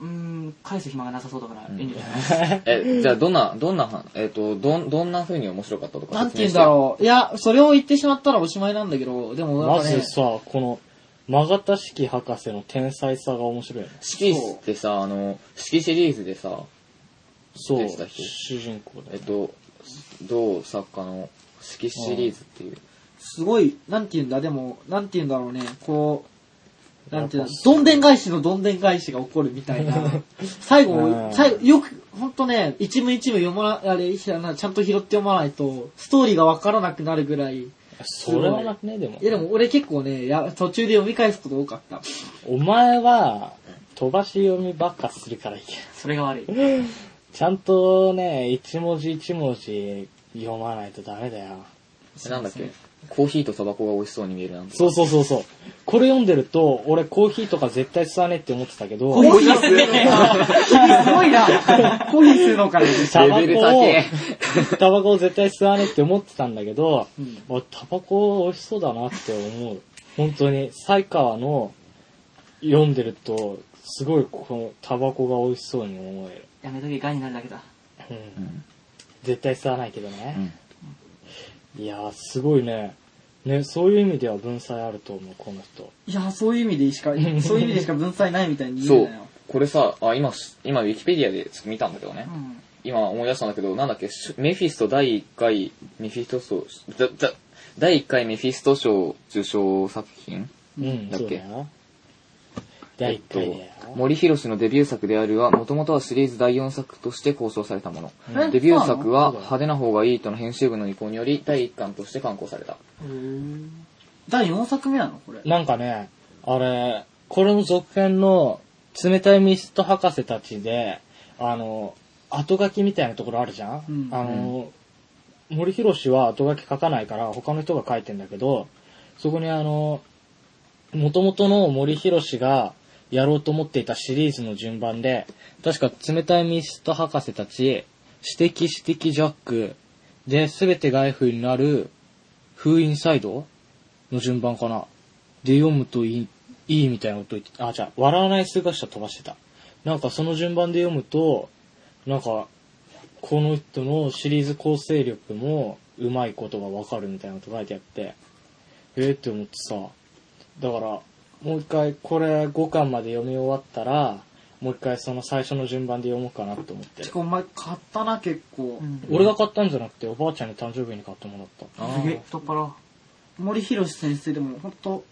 Speaker 4: うーん、返す暇がなさそうだから、遠慮しない。
Speaker 2: え、じゃあどんな、どんなは、えっ、と、どん、どんな風に面白かったとか
Speaker 3: なんて言うん
Speaker 2: して
Speaker 3: だろう。いや、それを言ってしまったらおしまいなんだけど、でもなん
Speaker 1: ま
Speaker 3: かね、
Speaker 1: ずさ、この、マガタ式博士の天才さが面白いよね。
Speaker 2: 四季ってさ、あの、四季シリーズでさ、
Speaker 1: そう
Speaker 2: でしたっ、け
Speaker 1: 主人公だ
Speaker 2: え
Speaker 1: よ
Speaker 2: っと、同作家の四季シリーズっていう。
Speaker 3: すごい、なんて言うんだ、でも、なんて言うんだろうね、こう、なんて言うん
Speaker 1: や
Speaker 3: だ
Speaker 1: っぱ、
Speaker 3: どんでん返しのどんでん返しが起こるみた いな。最
Speaker 1: う
Speaker 3: 後、
Speaker 1: ん
Speaker 3: 最後、よく、ほんとね、一文一文読まな、あれ、ちゃんと拾って読まないと、ストーリーがわからなくなるぐらい。い
Speaker 1: それはなくね、でも。
Speaker 3: や、でも俺結構ね、や途中で読み返すこと多かった。
Speaker 1: お前は、飛ばし読みばっかするからいいや。
Speaker 4: それが悪い。
Speaker 1: ちゃんとね、一文字一文字読まないとダメだよ。
Speaker 2: えなんだっけコーヒーとタバコが美味しそうに見えるなんて。
Speaker 1: そうそうそうそう。これ読んでると、俺コーヒーとか絶対吸わねえって思ってたけど、
Speaker 3: コーヒーすごいな。 コーヒーするのかね。
Speaker 1: タバコ
Speaker 2: レベル高
Speaker 1: を
Speaker 2: え、
Speaker 1: タバコを絶対吸わねえって思ってたんだけど、
Speaker 3: うん
Speaker 1: 俺タバコ美味しそうだなって思う。本当に、才川の読んでると、すごいこのタバコが美味しそうに思える。
Speaker 4: やめとけ、癌になるだけだ。
Speaker 1: うん
Speaker 2: ん
Speaker 1: 絶対吸わないけど
Speaker 2: う
Speaker 1: ね。
Speaker 2: ん
Speaker 1: いやー、すごいね。ね、そういう意味では文才あると思う、この人。
Speaker 3: いや、そういう意味でしか、そういう意味でしか文才ないみたいに言
Speaker 2: そうう
Speaker 3: なよ。。
Speaker 2: これさ、あ、今し、今、ウィキペディアでちょっと見たんだけどね。
Speaker 4: うん。
Speaker 2: 今思い出したんだけど、なんだっけ、しメフィスト第1回、メフィスト賞、だ、だ、第1回メフィスト賞受賞作品
Speaker 1: うん、
Speaker 2: だっ
Speaker 1: そ
Speaker 2: け
Speaker 1: うだよ。第1回だよ
Speaker 2: え。っと、森博のデビュー作であるは、もともとはシリーズ第4作として構想されたもの。
Speaker 3: え
Speaker 2: デビュー作は、
Speaker 1: そうなの
Speaker 2: 派手な方がいいとの編集部の意向により、第1巻として刊行された。
Speaker 3: 第4作目なのこれ。
Speaker 1: なんかね、あれ、これの続編の、冷たいミスト博士たちで、あの、後書きみたいなところあるじゃん、
Speaker 3: うん
Speaker 1: あの、森博は後書き書かないから、他の人が書いてんだけど、そこにあの、元々の森博がやろうと思っていたシリーズの順番で、確か冷たいミスト博士たち、指摘指摘ジャック、で、すべてが F になる、封印サイドの順番かな。で、読むといいいいみたいなこと言って、あ、じゃあ、笑わない数学者飛ばしてた。なんかその順番で読むと、なんか、この人のシリーズ構成力もうまいことがわかるみたいなこと書いてあって、えー、って思ってさ、だから、もう一回これ5巻まで読み終わったら、もう一回その最初の順番で読もうかなって思って
Speaker 3: て。かお前買ったな結構、
Speaker 4: うん
Speaker 1: 俺が買ったんじゃなくて、おばあちゃんに誕生日に買ってもらった。
Speaker 2: あ
Speaker 4: すげえ、太っ腹。
Speaker 3: 森博先生でも本当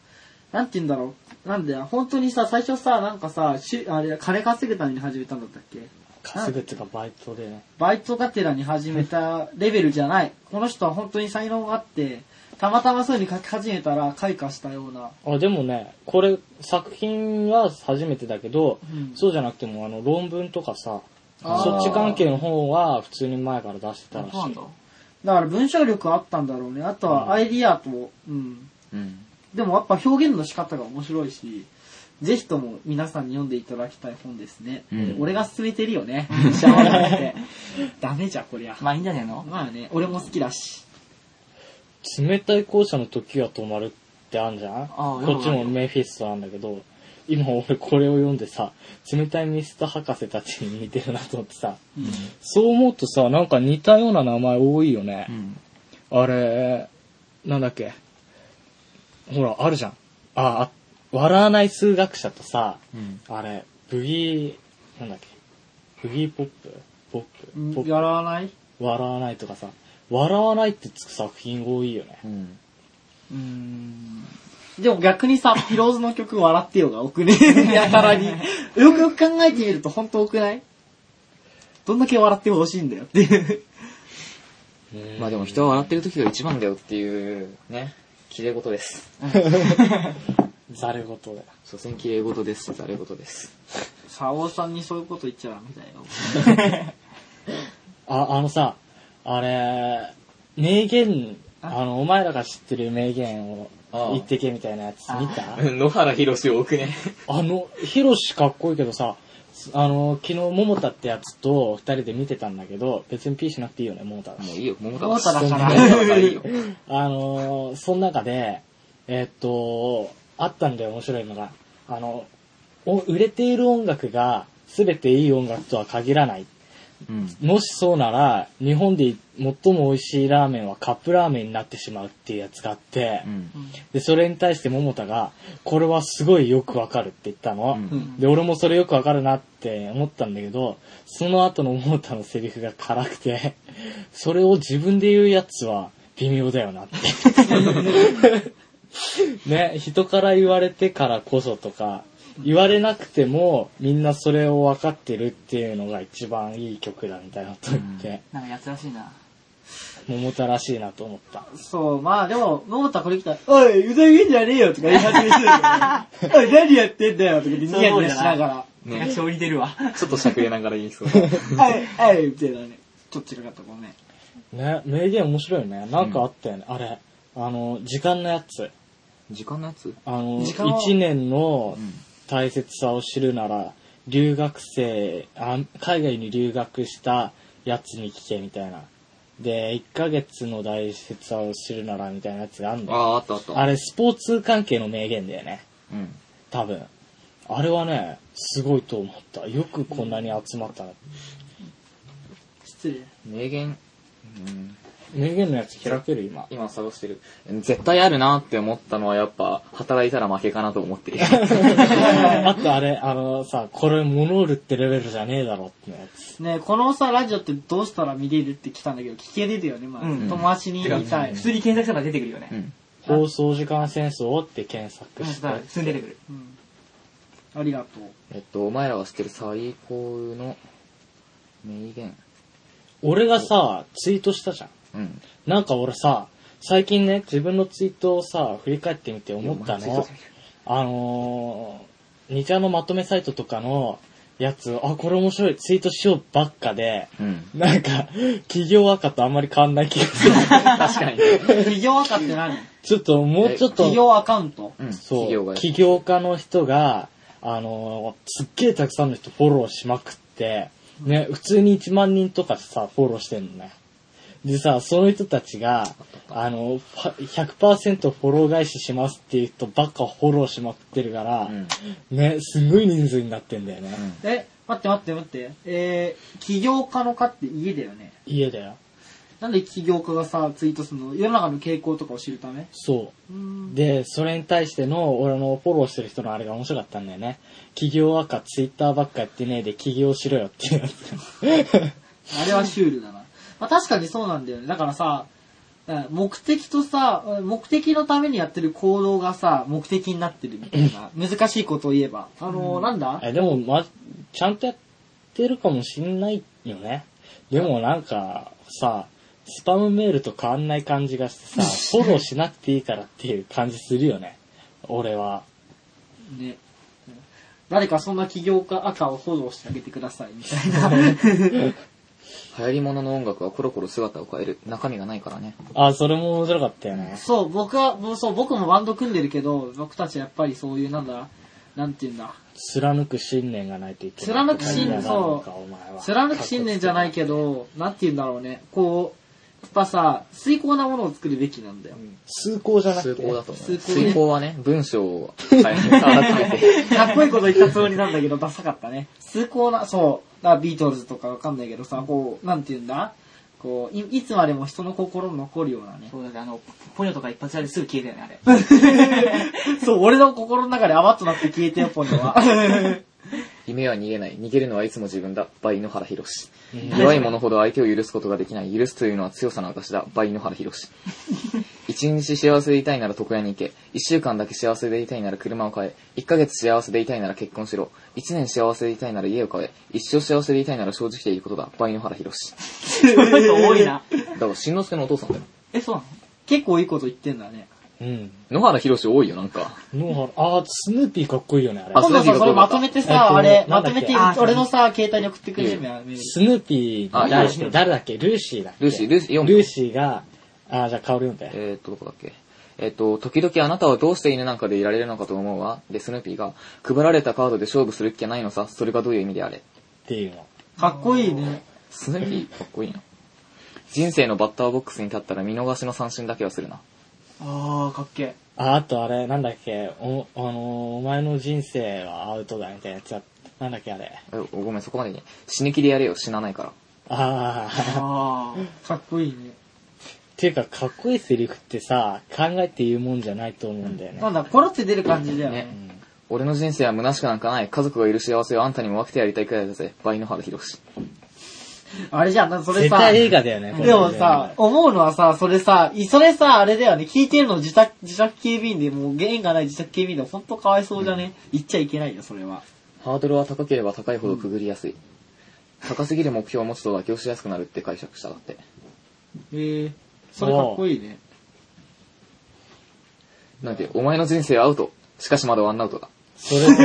Speaker 3: なんて言うんだろうなんで本当にさ最初さなんかさしあれ金稼ぐために始めたんだったっけ
Speaker 1: 稼ぐっていうかバイトでね。
Speaker 3: バイトがてらに始めたレベルじゃないこの人は本当に才能があってたまたまそういうふうに書き始めたら開花したような
Speaker 1: あ、でもね、これ作品は初めてだけど、
Speaker 3: うん
Speaker 1: そうじゃなくてもあの論文とかさ、
Speaker 3: あー
Speaker 1: そっち関係の方は普通に前から出してたらし
Speaker 4: そうなん
Speaker 1: い
Speaker 4: だ。。
Speaker 3: だから文章力あったんだろうねあとはアイディアとうん
Speaker 2: うん。
Speaker 3: でもやっぱ表現の仕方が面白いし、ぜひとも皆さんに読んでいただきたい本ですね。
Speaker 2: うん
Speaker 3: 俺が勧めてるよね。しゃあなくて。ダメじゃんこりゃ。
Speaker 4: まあいいんじゃねえの
Speaker 3: まあね、俺も好きだし。
Speaker 1: 冷たい校舎の時は止まるってあんじゃん
Speaker 4: あー
Speaker 1: こっちもメフィストなんだけど、今俺これを読んでさ、冷たいミスター博士たちに似てるなと思ってさ、そう思うとさ、なんか似たような名前多いよね。
Speaker 2: うん。
Speaker 1: あれ、なんだっけ。ほら、あるじゃん。あ、あ笑わない数学者とさ、
Speaker 2: うん。
Speaker 1: あれ、ブギー、なんだっけ。ブギーポップポップポップ
Speaker 3: やらない
Speaker 1: 笑わないとかさ、笑わないってつく作品多いよね。
Speaker 2: うん。
Speaker 4: うーん。
Speaker 3: でも逆にさ、ピローズの曲笑ってよが多く ね。やたらに。よくよく考えてみると本当多くないどんだけ笑ってほしいんだよっていう。
Speaker 2: まあでも人は笑ってる時が一番だよっていう、ね、綺麗事です。
Speaker 1: ざる事で。
Speaker 2: 所詮綺麗事です、ざれ事です。
Speaker 3: サオさんにそういうこと言っちゃダメだよ。
Speaker 1: あ、あのさ、あれ、名言、あの、お前らが知ってる名言を
Speaker 2: ああ
Speaker 1: 言ってけみたいなやつ見た
Speaker 2: 野原博士多くね。
Speaker 1: あの、ヒロシかっこいいけどさ、あの、昨日、桃田ってやつと二人で見てたんだけど、別にピーしなくていいよね、桃田だ
Speaker 2: もう
Speaker 1: し。
Speaker 2: いいよ、桃
Speaker 3: 桃太
Speaker 2: 田
Speaker 3: だから
Speaker 2: 桃太だからいいよ。
Speaker 1: あのー、その中で、えーっと、あったんだよ、面白いのが。あの、お売れている音楽が全ていい音楽とは限らない。
Speaker 2: うん。
Speaker 1: もしそうなら、日本で最も美味しいラーメンはカップラーメンになってしまうっていうやつがあって、
Speaker 2: うん。
Speaker 1: で、それに対して桃田が、これはすごいよくわかるって言ったの。
Speaker 2: うん
Speaker 1: で、俺もそれよくわかるなって思ったんだけど、その後の桃田のセリフが辛くて、それを自分で言うやつは微妙だよなって。ね、人から言われてからこそとか、言われなくてもみんなそれを分かってるっていうのが一番いい曲だみたいなこと言って、
Speaker 4: なんかやつらしいな。
Speaker 1: 桃田らしいなと思った。
Speaker 3: そう、まあでも、桃田これ来たら、おい、うざいんじゃねえよとか言い始め てるよねおい、何やってんだよとかニヤニヤしな がら、
Speaker 4: なんか
Speaker 2: ね、
Speaker 4: 勝利出るわ。
Speaker 2: ちょっとしゃくれながら言いそう。
Speaker 3: はい、はい、みたいなね。ちょっと違かった、ごめん。
Speaker 1: ね、名言面白いね。なんかあったよね。あれ、あの、時間のやつ。
Speaker 2: 時間のやつ
Speaker 1: あの、
Speaker 3: 時間を
Speaker 1: 一年の
Speaker 2: うん
Speaker 1: 大切さを知るなら、留学生あ、海外に留学したやつに聞けみたいな。で、1ヶ月の大切さを知るならみたいなやつがあるん
Speaker 2: あ
Speaker 1: だよ。
Speaker 2: あ、あったあった。
Speaker 1: あれ、スポーツ関係の名言だよね。
Speaker 2: うん。
Speaker 1: 多分。あれはね、すごいと思った。よくこんなに集まったな。
Speaker 3: 失礼。
Speaker 2: 名言、うん、
Speaker 1: 名言のやつ開ける 今。
Speaker 2: 今探してる。絶対あるなって思ったのはやっぱ、働いたら負けかなと思ってる。
Speaker 1: あとあれ、あのさ、これ物売るってレベルじゃねえだろってやつ。
Speaker 3: ねこのさ、ラジオってどうしたら見れるって来たんだけど、聞けれるよね、まあ。
Speaker 4: うん
Speaker 3: 友達に言いたい。
Speaker 4: 普通に検索すれば出てくるよね
Speaker 2: う。ん。
Speaker 1: 放送時間戦争って検索
Speaker 4: うん、
Speaker 1: し
Speaker 4: そうだ
Speaker 1: て
Speaker 4: 普。通に出てくる。
Speaker 3: うんありがとう。
Speaker 2: えっと、お前らは知ってる最高の名言。
Speaker 1: 俺がさ、ツイートしたじゃん。
Speaker 2: うん。
Speaker 1: なんか俺さ、最近ね、自分のツイートをさ、振り返ってみて思った
Speaker 2: いやお前
Speaker 1: の
Speaker 2: ツイート。
Speaker 1: あのー、ニチャのまとめサイトとかのやつ、あ、これ面白い、ツイートしようばっかで、
Speaker 2: うん。
Speaker 1: なんか、企業赤とあんまり変わんない気が する。
Speaker 2: 確かに。
Speaker 3: 企業アカって 何
Speaker 1: ちょっと、もうちょっと、
Speaker 3: 企業アカウント。
Speaker 2: うん。
Speaker 1: そう、
Speaker 2: 企業が。
Speaker 1: 起業家の人が、あのーすっげえたくさんの人フォローしまくって、ね、普通に1万人とかさ、フォローしてんのね。でさ、その人たちが、あの、ファ100%フォロー返ししますっていう人ばっかフォローしまくってるから、
Speaker 2: うん
Speaker 1: ね、すごい人数になってんだよね。
Speaker 3: え、待って待って待って。えー、起業家の家って家だよね。
Speaker 1: 家だよ。
Speaker 3: なんで起業家がさ、ツイートするの世の中の傾向とかを知るため
Speaker 1: そうう。
Speaker 3: ん。
Speaker 1: で、それに対しての俺のフォローしてる人のあれが面白かったんだよね。起業はかツイッターばっかやってねえで起業しろよっていうやつ。
Speaker 3: あれはシュールだな。まあ確かにそうなんだよね。だからさ、うん目的とさ、目的のためにやってる行動がさ、目的になってるみたい な。難しいことを言えば。あのー、なんだ
Speaker 1: えでも、ま、ちゃんとやってるかもしんないよね。でもなんか、さ、スパムメールと変わんない感じが してさ、フォローしなくていいからっていう感じするよね。俺は。
Speaker 3: ね。誰かそんな起業家赤をフォローしてあげてください、みたいな。
Speaker 2: 流行り物の音楽はコロコロ姿を変える。中身がないからね。
Speaker 1: あ、それも面白かったよね。
Speaker 3: そう、僕は、もうそう、僕もバンド組んでるけど、僕たちはやっぱりそういう、なんだ、なんて言うんだ、
Speaker 1: 貫く信念がないといけない。
Speaker 3: 貫く信念
Speaker 1: そうか
Speaker 3: そ
Speaker 1: お前は。
Speaker 3: 貫く信念じゃないけど、なんて言うんだろうね、こう、やっぱさ、遂行なものを作るべきなんだよ。
Speaker 1: 崇高じゃな
Speaker 2: 崇
Speaker 1: くて。
Speaker 2: 高だと思う。
Speaker 3: 崇高ね
Speaker 2: 崇高はね、文章を変えて、
Speaker 3: かっこいいこと言ったつもりなんだけど、ダサかったね。崇高な、そう、だからビートルズとかわかんないけどさ、こう、なんて言うんだ、こう、いいつまでも人の心に残るようなね。
Speaker 4: そうだね、あの、ポニョとか一発やですぐ消えたよ ね、あれ。
Speaker 3: そう、俺の心の中で甘っとなって消えてよ、ポニョ は。
Speaker 2: 夢は逃げない。逃げるのはいつも自分だ。バイ野原博士。弱い者ほど相手を許すことができない。許すというのは強さの証だ。バイ野原博士。一日幸せでいたいなら床屋に行け。一週間だけ幸せでいたいなら車を買え。一ヶ月幸せでいたいなら結婚しろ。一年幸せでいたいなら家を買え。一生幸せでいたいなら正直でいいことだ。バイ野原博士。
Speaker 4: そういう人多いな。
Speaker 2: だから、しんのすけのお父さんだよ。
Speaker 4: え、そうなの
Speaker 3: 結構いいこと言ってんだね。
Speaker 1: うん。
Speaker 2: 野原博士多いよ、なんか。
Speaker 1: もう、あー、スヌーピーかっこいいよね、あれ。
Speaker 2: あ
Speaker 3: 今度
Speaker 2: スヌーピー
Speaker 3: さ、
Speaker 2: がど
Speaker 3: それ
Speaker 2: うだ
Speaker 3: ま
Speaker 2: った
Speaker 3: とめて
Speaker 1: えっ
Speaker 3: さ、
Speaker 1: と
Speaker 3: あれ、
Speaker 1: な
Speaker 3: ま
Speaker 1: んだ
Speaker 3: と
Speaker 1: っけ
Speaker 3: めて
Speaker 4: あ、
Speaker 3: 俺のさ、携帯に送ってくれるメール。
Speaker 1: スヌーピ
Speaker 2: あ
Speaker 1: ー、誰
Speaker 2: いいよ
Speaker 1: 誰だっけルーシーだっけ
Speaker 2: ルーシールーシー読む
Speaker 1: ルーシーが、あー、じゃあ香り読んで。
Speaker 2: えーっと、どこだっけえーっと、時々あなたはどうして犬なんかでいられるのかと思うわ。で、スヌーピーが、配られたカードで勝負する気はないのさ。それがどういう意味であれ。
Speaker 1: っていうの。
Speaker 3: かっこいいね。
Speaker 2: スヌーピー、かっこいいな。人生のバッターボックスに立ったら見逃しの三振だけはするな。
Speaker 4: あー、かっけえ。
Speaker 1: あ、あとあれ、なんだっけ、お、あのーお前の人生はアウトだみたいなやつだ。なんだっけ、あれ。
Speaker 2: えごめん、そこまでに。死ぬ気でやれよ、死なないから。
Speaker 1: あー、っ
Speaker 4: あー。
Speaker 3: かっこいいね。
Speaker 1: ていうか、かっこいいセリフってさ、考えて言うもんじゃないと思うんだよね
Speaker 3: な。んだ、ポロって出る感じだよ
Speaker 2: ね
Speaker 3: ね。
Speaker 2: 俺の人生は虚しくなんかない。家族がいる幸せをあんたにも分けてやりたいくらいだぜ。バイノハルヒロシ。
Speaker 3: あれじゃん、なそれ
Speaker 1: 絶
Speaker 3: さ、
Speaker 1: 対映
Speaker 3: で
Speaker 1: 画だよね、これ
Speaker 3: もさ、、思うのはさ、それさ、いそれさ、あれだよね、聞いてるの自宅、自宅警備員で、もう縁がない自宅警備員で、ほんとかわいそうじゃね、言っちゃいけないよ、それは。
Speaker 2: ハードルは高ければ高いほどくぐりやすい。高すぎる目標を持つと妥協しやすくなるって解釈しただって。
Speaker 3: へえ、それかっこいいね。
Speaker 2: なんて、お前の人生はアウト。しかしまだワンアウト
Speaker 1: それと、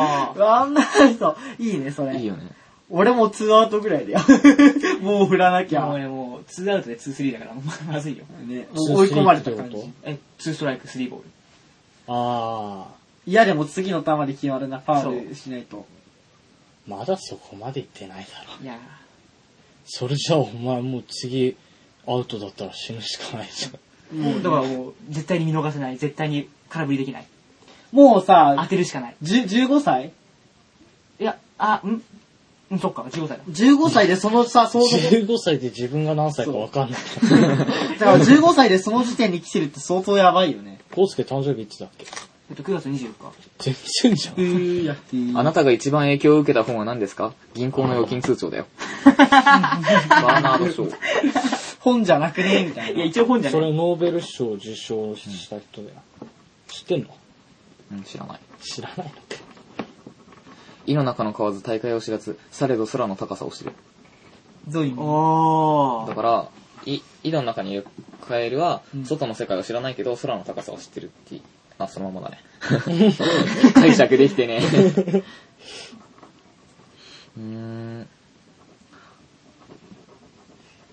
Speaker 4: あー。
Speaker 3: あんな人、いいね、そ
Speaker 2: だ。
Speaker 3: れ。
Speaker 2: いいよね。
Speaker 3: 俺もツーアウトぐらいだよ。 もう振らなき
Speaker 4: もう
Speaker 3: ゃ。
Speaker 4: ね、もう、ツーアウトでツースリーだから、も うまずいよ。
Speaker 3: ね、もう追い込まれた
Speaker 1: っ
Speaker 3: 感
Speaker 1: てこ
Speaker 3: じ。
Speaker 4: え、ツーストライク、スリーボール。
Speaker 1: とあ
Speaker 3: いやでも次の球で決まるな、ファウルしないと。
Speaker 1: ー、まだそこまで言ってないだろ。
Speaker 4: いや
Speaker 1: それじゃあ、お前もう次、アウトだったら死ぬしかないじゃん。
Speaker 4: ー。もう、だからもう、絶対に見逃せない。絶対に空振りできない。
Speaker 3: もう
Speaker 4: 当
Speaker 3: さ、
Speaker 4: てるしかない。
Speaker 3: じゅ15歳
Speaker 4: いや、あ、んうん、そっか、15歳だ。
Speaker 3: ?15 歳でそのさ、想像で、
Speaker 1: 15歳で自分が何歳かわかんない。
Speaker 3: だから15歳でその時点に来てるって相当やばいよね。
Speaker 1: コウスケ誕生日いつだっけ
Speaker 4: えっと、9月24日。
Speaker 1: 全然じゃん。
Speaker 3: ー、やっていい
Speaker 2: あなたが一番影響を受けた本は何ですか銀行の預金通帳 だよ。バーナード・ショー。
Speaker 3: 本じゃなくねみたい
Speaker 4: いや、
Speaker 3: な。
Speaker 4: 一応本じゃ
Speaker 1: そ
Speaker 4: ない。
Speaker 1: れノーベル賞受賞した人だよ。知ってんの
Speaker 2: うん、知らない。
Speaker 1: 知らないのか。
Speaker 2: 井の中の蛙大会を知らず、されど空の高さを知る。
Speaker 3: どういう意味
Speaker 4: お
Speaker 2: だ
Speaker 4: ー。
Speaker 2: から、い、井の中にいるカエルは、外の世界を知らないけど、空の高さを知ってるって、あ、そのままだね。 解釈でき てね。うーん、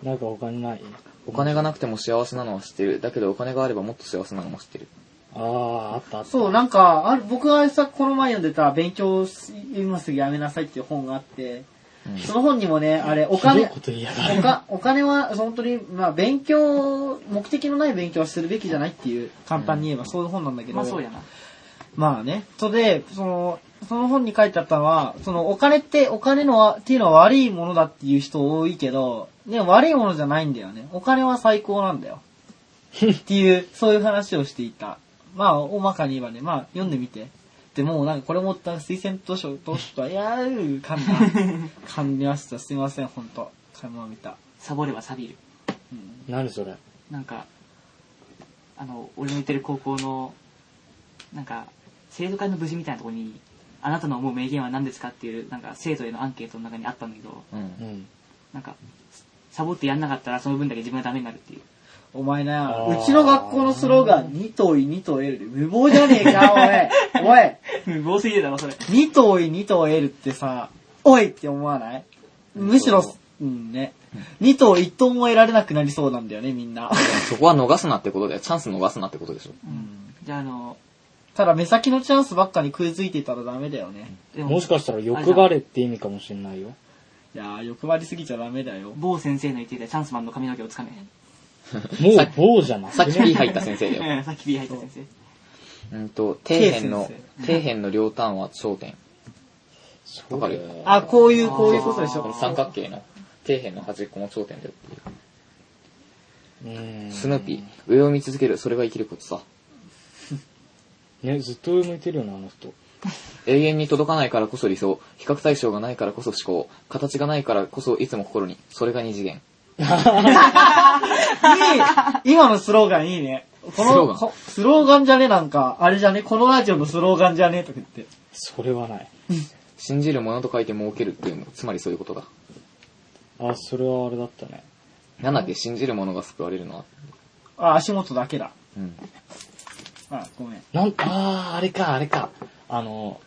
Speaker 1: なんか他にない
Speaker 2: お金がなくても幸せなのは知ってる。だけどお金があればもっと幸せなのも知ってる。
Speaker 1: ああ、あったあった。
Speaker 3: そう、なんか、ある僕がさ、この前読んでた、勉強し今すぐやめなさいっていう本があって、その本にもね、あれ、お
Speaker 1: ひどい
Speaker 3: 金
Speaker 1: こ、と言いやがる
Speaker 3: おかお金は、本当に、まあ、勉強、目的のない勉強はするべきじゃないっていう、簡単に言えばそういう本なんだけど。
Speaker 4: まあそうやな。
Speaker 3: まあね。それで、その、その本に書いてあったのは、そのお金って、お金のは、っていうのは悪いものだっていう人多いけど、でも悪いものじゃないんだよね。お金は最高なんだ よ。っていう、そういう話をしていた。まあ、大まかに言えばね、まあ、読んでみて。でも、なんかこれも推薦図書、図書とは、いやー、噛 んだ。噛みました。すいません、ほんと。噛みまみた。
Speaker 4: サボれば錆びる。
Speaker 1: 何それ。
Speaker 4: なんか、あの、俺の行ってる高校の、なんか、生徒会の無事みたいなところに、あなたの思う名言は何ですかっていう、なんか、生徒へのアンケートの中にあったんだけど、
Speaker 2: うん
Speaker 1: う。ん。
Speaker 4: なんか、サボってやんなかったらその分だけ自分がダメになるっていう。
Speaker 3: お前な、
Speaker 1: あー
Speaker 3: うちの学校のスローガン、2頭い2頭得るで、無謀じゃねえか、 おい。おい。
Speaker 4: 無謀すぎるだろ、それ。
Speaker 3: 二頭い二頭得るってさ、おいって思わないむしろ
Speaker 2: そう、
Speaker 3: うんね。二頭一頭も得られなくなりそうなんだよね、み んな。
Speaker 2: そこは逃すなってことだよ。チャンス逃すなってことでしょ。
Speaker 4: じゃあ、あの、
Speaker 3: ただ目先のチャンスばっかに食いついていたらダメだよね。
Speaker 4: で
Speaker 1: もしかしたら欲張れって意味かもしれないよ。
Speaker 3: いやー、欲張りすぎちゃダメだよ。
Speaker 4: 某先生の言っていたチャンスマンの髪の毛をつかめ。
Speaker 1: もう棒じゃな
Speaker 2: さっ
Speaker 1: く
Speaker 2: き
Speaker 1: てね。
Speaker 2: P 入った先生だよ。
Speaker 4: うん、さっき B 入った先生。
Speaker 2: うんと、底辺の
Speaker 3: K 先、
Speaker 2: 底辺の両端は頂点。
Speaker 1: そ
Speaker 2: わ
Speaker 1: う
Speaker 2: か
Speaker 1: だよ
Speaker 2: る
Speaker 3: あ、こういう、こういうことでし
Speaker 4: あ
Speaker 3: ょ。
Speaker 4: ー
Speaker 2: 三角形の底辺の端っこも頂点だよっていう
Speaker 1: うん。
Speaker 2: スヌーピー、上を見続ける、それが生きることさ。
Speaker 1: ね、ずっと上向いてるよな、あの人。
Speaker 2: 永遠に届かないからこそ理想、比較対象がないからこそ思考、形がないからこそいつも心に、それが二次元。
Speaker 3: いい今のスローガンいいね。この
Speaker 2: スローガン
Speaker 3: こスローガンじゃねなんか、あれじゃねこのラジオのスローガンじゃねとか言って。
Speaker 1: それはない。
Speaker 2: 信じるものと書いて儲けるっていうの、つまりそういうことだ。
Speaker 1: あ、それはあれだったね。
Speaker 2: なんだっけ、信じるものが救われるのは。
Speaker 3: あ、足元だけだ。
Speaker 2: うん。
Speaker 3: あ、ごめん。
Speaker 1: なん、あー、あれか、あれか。あの、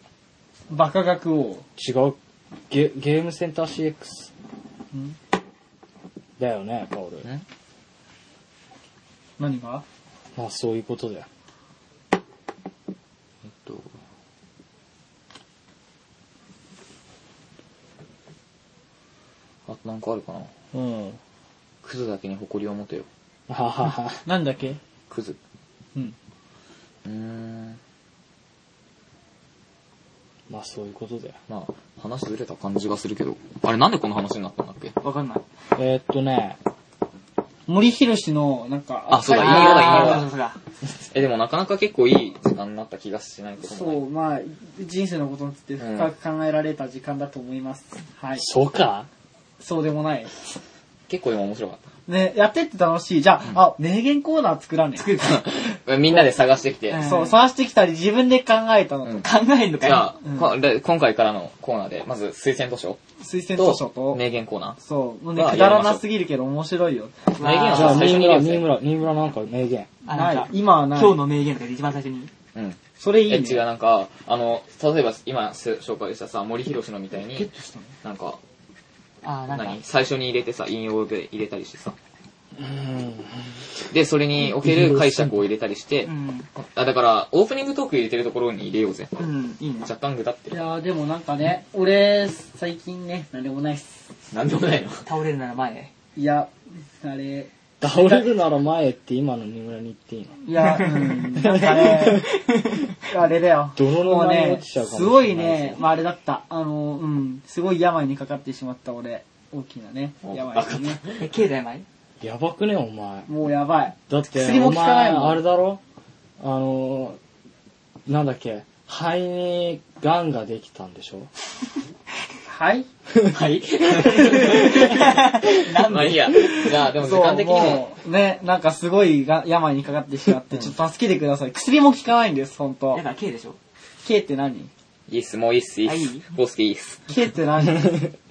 Speaker 3: バカ学王。
Speaker 1: 違う、ゲ、ゲームセンター CX
Speaker 3: ん
Speaker 1: だよね、パオル。
Speaker 2: ん
Speaker 3: 何が
Speaker 1: まあ、そういうことだよ。
Speaker 2: えっと、あとなんかあるかな
Speaker 3: うん。
Speaker 2: クズだけに誇りを持てよ。
Speaker 1: あははは。
Speaker 3: なんだっけ
Speaker 2: クズ。
Speaker 3: うん。
Speaker 2: うーん。
Speaker 1: まあ、そういうことだよ。
Speaker 2: まあ、話ずれた感じがするけど。あれなんでこの話になったんだっけ
Speaker 4: わかんない。
Speaker 1: えー、っとね、
Speaker 3: 森博氏の、なんか、
Speaker 2: あそうだ
Speaker 3: はい
Speaker 2: いよだいいよ
Speaker 4: あーそうだ
Speaker 2: え、でもなかなか結構いい時間になった気がしないこともない。
Speaker 3: そう、まあ、人生のことについて深く考えられた時間だと思います。はい。
Speaker 1: そうか
Speaker 3: そうでもない。
Speaker 2: 結構今面白かっ
Speaker 3: ね、やってって楽しい。じゃあ、あ、名言コーナー作らねえ。作る
Speaker 2: た。 みんなで探してきて。
Speaker 4: うん
Speaker 3: そう、探してきたり、自分で考えたのと、
Speaker 2: うん
Speaker 4: そうだ考えんのか
Speaker 2: じ
Speaker 4: よ。
Speaker 2: ゃあ、こで今回からのコーナーで、まず推薦図書
Speaker 3: 推薦
Speaker 2: と
Speaker 3: 図書と、
Speaker 2: 名言コーナ
Speaker 3: そう、もうね、
Speaker 2: まあ
Speaker 3: くだらなすぎるけど面白いよ。
Speaker 2: ー。名言は
Speaker 1: じゃあ、
Speaker 2: さ最初
Speaker 1: 新
Speaker 2: に
Speaker 1: 村、
Speaker 2: 入れ
Speaker 1: 新
Speaker 2: よ
Speaker 1: 村、新村なんか名言。
Speaker 4: あ
Speaker 3: な
Speaker 4: なん
Speaker 3: い
Speaker 4: か、、
Speaker 3: 今はない。
Speaker 4: 今日の名言とかで一番最初に。
Speaker 2: う。うん。
Speaker 3: それいい
Speaker 2: え、
Speaker 3: ね。
Speaker 2: 違う、なんか、あの、例えば今す紹介したさ、森博のみたいに、なんか、
Speaker 4: あーなんか
Speaker 2: 何、最初に入れてさ、引用で入れたりしてさ。
Speaker 1: うん。
Speaker 2: で、それにおける解釈を入れたりして
Speaker 4: う、ん。
Speaker 2: あ、だから、オープニングトーク入れてるところに入れようぜ。
Speaker 4: うん、いいね。
Speaker 2: 若干ぐだって
Speaker 3: い
Speaker 2: る。
Speaker 3: やーでもなんかね、俺、最近ね、何でもないっす。
Speaker 2: なんでもないの。
Speaker 4: 倒れるなら前へ。
Speaker 3: いや、あれ、
Speaker 1: 倒れるなら前へって今の新村に言っていいの
Speaker 3: いや、うん、なんかね、あれだよ。
Speaker 1: 泥の
Speaker 3: もう
Speaker 1: 中に
Speaker 3: ね、
Speaker 1: 落ちちゃうかもし
Speaker 3: す
Speaker 1: れ
Speaker 3: ご
Speaker 1: ない
Speaker 3: いね、まああれだった。あの、うん、すごい病にかかってしまった俺。大きなね、
Speaker 2: お
Speaker 3: 病にね。
Speaker 4: え、経済前
Speaker 1: やばくね、お前。
Speaker 3: もうやばい。
Speaker 1: だって、
Speaker 3: 薬も
Speaker 1: お
Speaker 3: 効かない
Speaker 1: 前、
Speaker 3: もん
Speaker 1: あれだろあのー、なんだっけ、肺に癌ができたんでしょ
Speaker 3: はい
Speaker 2: はい。まあいいや。じゃあ、でも時間的にも、
Speaker 3: う、ね、なんかすごいが病にかかってしまって、ちょっと助けてください。薬も効かないんです、ほんと
Speaker 4: だ。から K でしょ
Speaker 3: K って何
Speaker 2: いいっす、もういいっす、いいっ
Speaker 4: あい
Speaker 2: す
Speaker 4: い。
Speaker 2: コウスケいいっす。
Speaker 3: ?K って何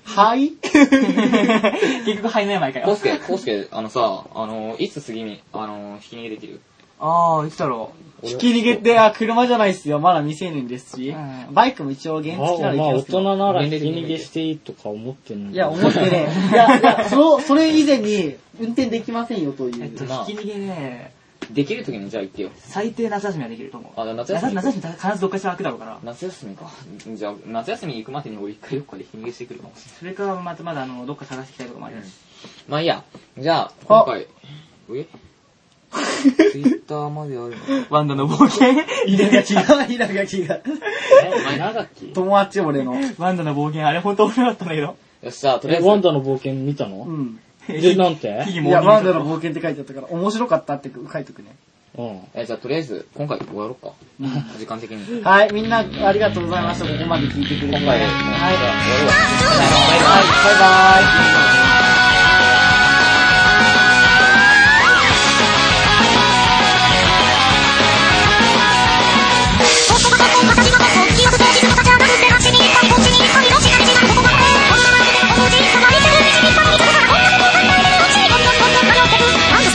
Speaker 3: はい
Speaker 4: 結局肺の病か
Speaker 2: コウ
Speaker 4: よ
Speaker 2: ス。ケ、コウスケ、あのさ、あの、いつ次に、あの、ひき逃げできる
Speaker 4: ああ、いつだろ
Speaker 3: 引き逃げて、あ、車じゃないっすよ。まだ未成年ですし
Speaker 4: う。ん
Speaker 3: バイクも一応原
Speaker 1: あ、
Speaker 3: 付
Speaker 1: まあ
Speaker 3: きなら行きま
Speaker 1: 大
Speaker 3: すけど。
Speaker 1: 人なら引き逃げしていいとか思ってんの
Speaker 3: いや、思って
Speaker 4: 。
Speaker 3: ね。いや、いや、その、それ以前に運転できませんよという
Speaker 4: えっと、
Speaker 3: う。
Speaker 4: 引き逃げね、
Speaker 2: できる時にじゃあ行ってよ。
Speaker 4: 最低夏休みはできると思う。
Speaker 2: あ夏休み
Speaker 4: 夏休み必ずどっかしら開くだろうから。
Speaker 2: 夏休みか。じゃあ、夏休みに行くまでに俺一回どっかで日逃げしてくるかもしれない。
Speaker 4: それからまたまだあの、どっか探してきたいとかもあります。
Speaker 2: まあいいや。じゃあ、今回、えツイッターまであるの
Speaker 4: ワンダの冒険
Speaker 3: 稲垣が、稲垣が。
Speaker 1: 稲垣
Speaker 3: 友達俺の。
Speaker 4: ワンダの冒険、あれ本当面白かったんだけど。
Speaker 2: よっしゃ、とりあ
Speaker 1: え、
Speaker 2: え
Speaker 1: ワン
Speaker 2: ず、
Speaker 1: ダの冒険見た
Speaker 3: う
Speaker 1: の
Speaker 3: ん。
Speaker 1: で、なんて
Speaker 4: 木
Speaker 3: い
Speaker 4: 々
Speaker 3: や、
Speaker 4: も
Speaker 3: ワンダの冒険って書いてあったから、面白かったって書いとくね。
Speaker 1: うん。
Speaker 2: えじゃあとりあえず、今回終わろうか。時間的に。
Speaker 3: はい、みんなありがとうございました。ここまで聞いてくれて。
Speaker 2: 今回、
Speaker 3: は
Speaker 2: じゃあ終わろうか。
Speaker 3: い、バイバイ。
Speaker 5: 「ポッポカポッポカチバカポッキーバスポーキーバカチャーバルテラシニーパンポチニーパンロシナリナポコマコおしまいおじいさまにすぐにちびっぱにすぐからこんなこと考えてるこっちにこんなこんな迷ってる」「なんで